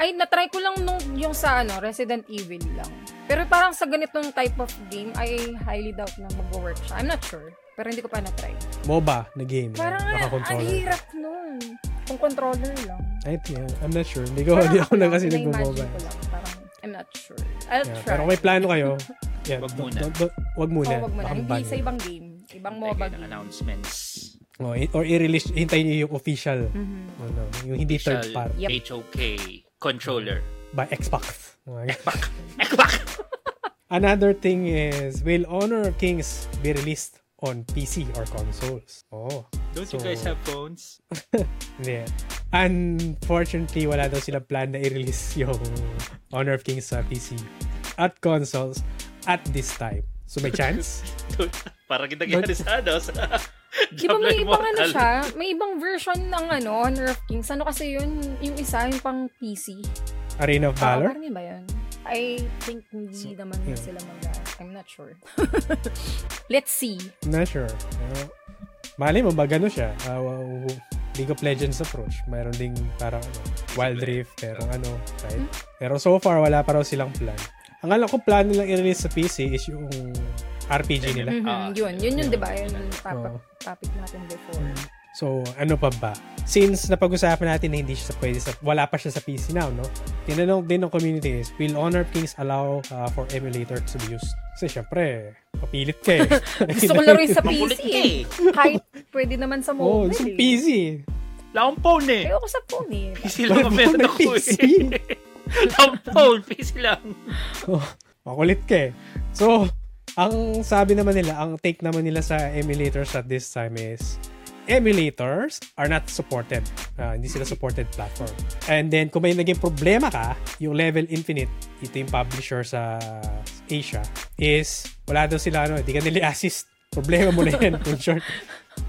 Speaker 1: Ay, natry ko lang nung, yung sa ano, Resident Evil lang. Pero parang sa ganitong type of game, I highly doubt na mag-work siya. I'm not sure. Pero hindi ko pa natry.
Speaker 3: MOBA na game.
Speaker 1: Parang
Speaker 3: naka
Speaker 1: ah, ang hirap nun. Kung controller lang.
Speaker 3: I think, I'm not sure. Hindi ko, hindi ako na kasi nagmo-MOBA.
Speaker 1: nag-imagine ko lang. Parang, I'm not sure. I'll
Speaker 3: Yeah,
Speaker 1: try.
Speaker 3: pero kung may plano kayo, yeah,
Speaker 2: Wag
Speaker 3: do-
Speaker 2: muna.
Speaker 3: do- do- wag muna.
Speaker 1: Oh, wag mo na.
Speaker 3: Baka
Speaker 1: Hindi
Speaker 3: maban
Speaker 1: sa
Speaker 3: yun.
Speaker 1: ibang game. Ibang MOBA
Speaker 2: Bigay ng
Speaker 1: game.
Speaker 2: announcements.
Speaker 3: Oh, i- or i-release, hintayin nyo yung official,
Speaker 1: Mm-hmm.
Speaker 3: ano, yung hindi third
Speaker 2: Shall
Speaker 3: part,
Speaker 1: Yep.
Speaker 2: HOK controller.
Speaker 3: by Xbox. Mga ganun.
Speaker 2: Ekbak!
Speaker 3: Another thing is, will Honor of Kings be released on PC or consoles? Oh.
Speaker 2: Don't you
Speaker 3: So-
Speaker 2: guys have phones?
Speaker 3: Hindi. Unfortunately, wala daw sila plan na i-release yung Honor of Kings sa PC at consoles at this time. So may chance?
Speaker 4: Parang ginagyan sa ano. Sa
Speaker 1: Di ba may
Speaker 4: Diablo
Speaker 1: ibang ano
Speaker 4: Immortal.
Speaker 1: siya? May ibang version ng ano, Honor of Kings. Ano kasi yun? Yung isa, yung pang PC.
Speaker 3: Arena of
Speaker 1: Ah,
Speaker 3: Valor?
Speaker 1: parang yun ba yun? I think hindi naman
Speaker 3: yeah.
Speaker 1: sila mag I'm not sure. Let's see.
Speaker 3: ano Not sure. Uh, malay mo ba gano siya? Uh, w- w- League of Legends approach. Mayroon ding parang ano, Wild Rift, pero ano, right?
Speaker 1: Hmm.
Speaker 3: Pero so far, wala pa raw silang plan. Ang alam ko, plano lang i-release sa PC is yung RPG nila.
Speaker 1: Mhm,
Speaker 2: Ah,
Speaker 1: yun, yun yun, di ba? Yun yung
Speaker 3: Oh.
Speaker 1: topic,
Speaker 3: Oo.
Speaker 1: topic natin before.
Speaker 3: So, ano pa ba? Since napag-usapan natin na hindi siya sa- pwede sa, wala pa siya sa PC now, no? Tinanong din ng community is, will Honor of Kings allow uh, for emulator to be used? Kasi syempre, papilit ka eh.
Speaker 1: Gusto ko laruin sa
Speaker 2: Makulit
Speaker 1: PC.
Speaker 2: ka
Speaker 1: eh.
Speaker 2: eh.
Speaker 1: Kahit pwede naman sa
Speaker 3: Oo,
Speaker 1: mobile.
Speaker 3: oh, sa
Speaker 1: eh.
Speaker 3: PC.
Speaker 2: Wala akong phone eh.
Speaker 1: Ayoko sa phone eh.
Speaker 2: PC lang ang meron
Speaker 3: May
Speaker 2: ako
Speaker 3: PC.
Speaker 2: eh. Wala akong phone, PC lang.
Speaker 3: Oh, makulit ka eh. So, ang sabi naman nila, ang take naman nila sa emulators at this time is, emulators are not supported. Ah, hindi sila supported platform. And then, kung may naging problema ka, yung Level Infinite, ito yung publisher sa Asia, is wala daw sila, ano, hindi ka nila assist. Problema mo na yan, in short.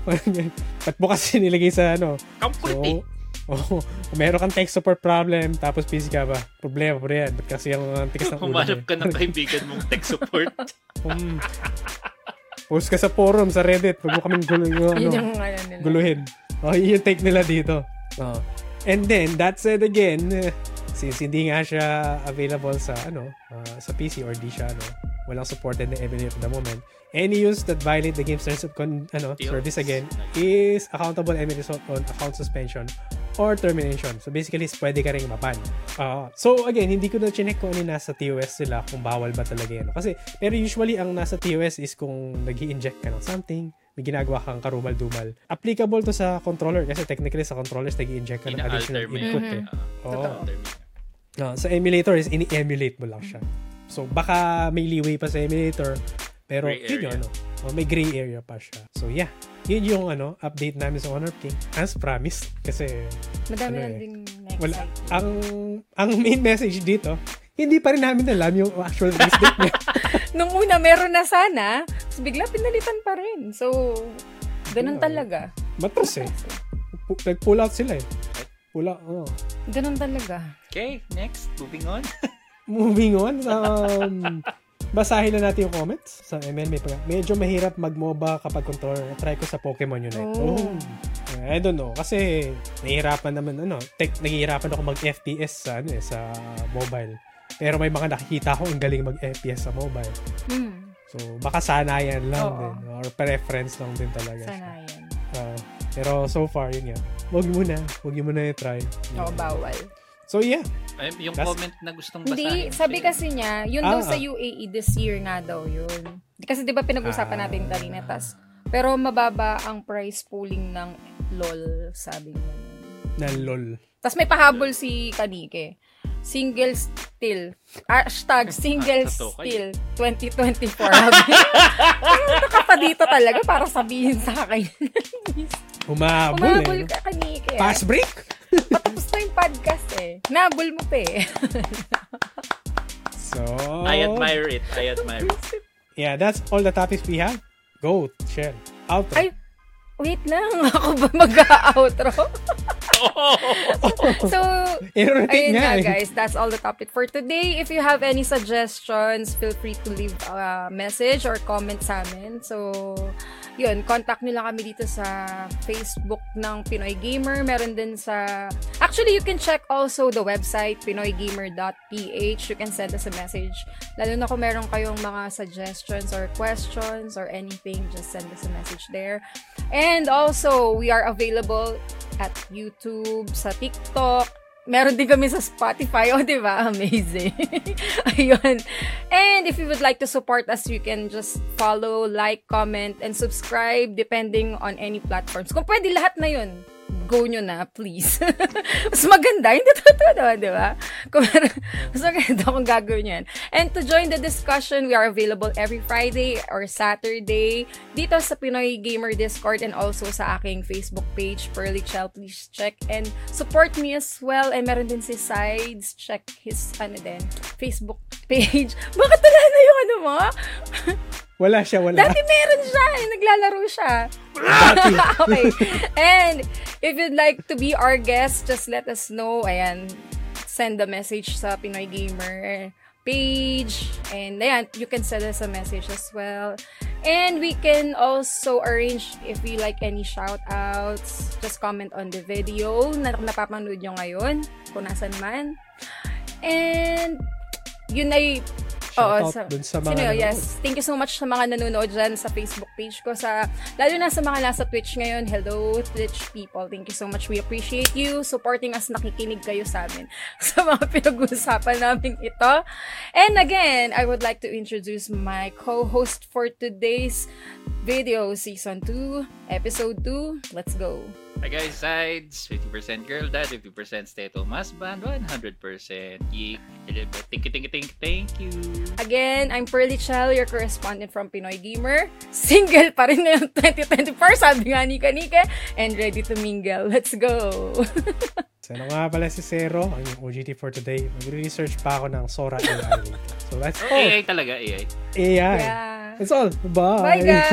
Speaker 3: Ba't mo kasi nilagay sa, ano,
Speaker 2: Kampulit eh.
Speaker 3: So, oh, meron kang tech support problem, tapos busy ka ba? Problema mo rin yan. Ba't kasi yung ang tigas ng ulo mo
Speaker 2: Humanap
Speaker 3: eh?
Speaker 2: ka ng kaibigan mong tech support.
Speaker 3: Hmm. Post ka sa forum, sa Reddit. Huwag mo kaming gulo- yung
Speaker 1: Yun
Speaker 3: ano,
Speaker 1: yung ano nila.
Speaker 3: guluhin. Oh, yun yung take nila dito. Oh. And then, that said again, eh, since hindi nga siya available sa ano ah, sa PC or di siya ano, walang supported na emulator at the moment, any use that violate the game's terms of con- ano,
Speaker 2: Yun.
Speaker 3: service again is accountable and may result on account suspension or termination. So basically, is pwede ka rin mapan. Ah, so again, hindi ko na chinek kung ano yung nasa TOS sila, kung bawal ba talaga yan. Kasi, pero usually, ang nasa TOS is kung nag inject ka ng something, may ginagawa kang karumal-dumal. Applicable to sa controller kasi technically sa controllers nag inject ka ng
Speaker 2: Ina-alter
Speaker 3: additional
Speaker 2: mo yun. Ah,
Speaker 3: input eh. Oo.
Speaker 2: Ina-alter mo yun.
Speaker 3: No, Ah, sa emulator is ini-emulate mo lang siya. So baka may leeway pa sa emulator pero
Speaker 2: Gray
Speaker 3: yun
Speaker 2: area.
Speaker 3: yun, ano. Oh, may gray area pa siya. So yeah, yun yung ano, update namin sa Honor of King as promised kasi
Speaker 1: Madami
Speaker 3: Ano
Speaker 1: lang
Speaker 3: eh.
Speaker 1: din
Speaker 3: wala Ah.
Speaker 1: na-excite.
Speaker 3: ang ang main message dito hindi pa rin namin alam yung actual release date niya.
Speaker 1: Nung una, meron na sana. Tapos bigla, pinalitan pa rin. So, ganun
Speaker 3: Yeah.
Speaker 1: talaga.
Speaker 3: Matras eh. Pu- Nag-pull out sila eh. Pull out, oh.
Speaker 1: Ganun talaga.
Speaker 2: Okay, next. Moving on.
Speaker 3: Moving on, um, basahin na natin yung comments sa ML. May pag- medyo mahirap mag-MOBA kapag controller. Try ko sa Pokemon Unite.
Speaker 1: Oh.
Speaker 3: Oh. I don't know. Kasi nahihirapan naman, ano, tech, nahihirapan ako mag-FPS sa, ano, eh, sa mobile. Pero may mga nakikita ko ang galing mag-FPS sa mobile.
Speaker 1: Hmm,
Speaker 3: So, baka sanayan lang
Speaker 1: Oo.
Speaker 3: din. Or preference lang din talaga. siya.
Speaker 1: sana yan.
Speaker 3: Ah, pero so far, yun nga. Huwag niyo muna. Huwag niyo muna i-try.
Speaker 1: Oo, bawal.
Speaker 3: So, yeah.
Speaker 2: Ay, yung
Speaker 3: That's-
Speaker 2: comment na gustong basahin.
Speaker 1: Hindi, sabi
Speaker 2: sa'yo.
Speaker 1: kasi niya, yun daw
Speaker 3: Ah.
Speaker 1: sa UAE this year nga daw yun. Kasi di ba pinag-usapan
Speaker 3: Ah.
Speaker 1: natin kanina, tas pero mababa ang price pooling ng LOL, sabi niya.
Speaker 3: Na lol.
Speaker 1: Tas may pahabol si Kanike. Single still. Hashtag single
Speaker 2: Ah, totoo
Speaker 1: still 2024. Sabi. Ano ka pa dito talaga para sabihin sa akin?
Speaker 3: Humabol,
Speaker 1: Umabol
Speaker 3: eh. no?
Speaker 1: ka Kanike.
Speaker 3: Fast break?
Speaker 1: Patapos na yung podcast eh. Nabol mo pa eh.
Speaker 3: So,
Speaker 2: I admire it. I admire it.
Speaker 3: yeah, that's all the topics we have. Go, share, outro.
Speaker 1: Ay, Wait lang, ako ba mag-outro?
Speaker 2: Oh!
Speaker 1: so,
Speaker 3: I-rotate
Speaker 1: ayun
Speaker 3: nga.
Speaker 1: nga
Speaker 3: eh.
Speaker 1: guys, that's all the topic for today. If you have any suggestions, feel free to leave a message or comment sa amin. So, yun, contact nyo lang kami dito sa Facebook ng Pinoy Gamer. Meron din sa... Actually, you can check also the website, pinoygamer.ph. You can send us a message. Lalo na kung meron kayong mga suggestions or questions or anything, just send us a message there. And also, we are available at YouTube, sa TikTok, meron din kami sa Spotify. O, di ba? Amazing. Ayun. And if you would like to support us, you can just follow, like, comment, and subscribe depending on any platforms. Kung pwede lahat na yun, go nyo na, please. mas maganda. Hindi totoo naman, di ba? Kung meron- mas maganda kung gagawin nyo yan. And to join the discussion, we are available every Friday or Saturday dito sa Pinoy Gamer Discord and also sa aking Facebook page, Pearly Child. Please check and support me as well. And meron din si Sides. Check his, ano din, Facebook page. Bakit wala na yung ano mo?
Speaker 3: Wala siya, wala.
Speaker 1: Dati meron siya. eh, Naglalaro siya. okay. And if you'd like to be our guest, just let us know. Ayan, send a message sa Pinoy Gamer page. And ayan, you can send us a message as well. And we can also arrange if you like any shoutouts, just comment on the video na napapanood nyo ngayon, kung nasan man. And yun ay Oo,
Speaker 3: Shoutout
Speaker 1: sa-
Speaker 3: dun sa mga...
Speaker 1: Sino yun?
Speaker 3: nanonood.
Speaker 1: yes. Thank you so much sa mga nanonood dyan sa Facebook page ko. sa Lalo na sa mga nasa Twitch ngayon. Hello, Twitch people. Thank you so much. We appreciate you supporting us. Nakikinig kayo sa amin sa mga pinag-uusapan namin ito. And again, I would like to introduce my co-host for today's video, Season 2, Episode 2. Let's go.
Speaker 2: Hi guys, sides, 50% girl dad, 50% stay-at-home husband, 100% geek, a little bit tinky tinky tink, thank you.
Speaker 1: Again, I'm Pearly Chell, your correspondent from Pinoy Gamer. Single pa rin ngayong 2024, sabi nga ni Kanike, and ready to mingle. Let's go!
Speaker 3: So, ano nga pala si Zero, ang OGT for today. Mag-research pa ako ng Sora AI later. So, that's all.
Speaker 2: AI talaga, AI.
Speaker 3: AI.
Speaker 1: Yeah.
Speaker 3: That's all.
Speaker 1: Bye,
Speaker 3: Bye.
Speaker 1: guys!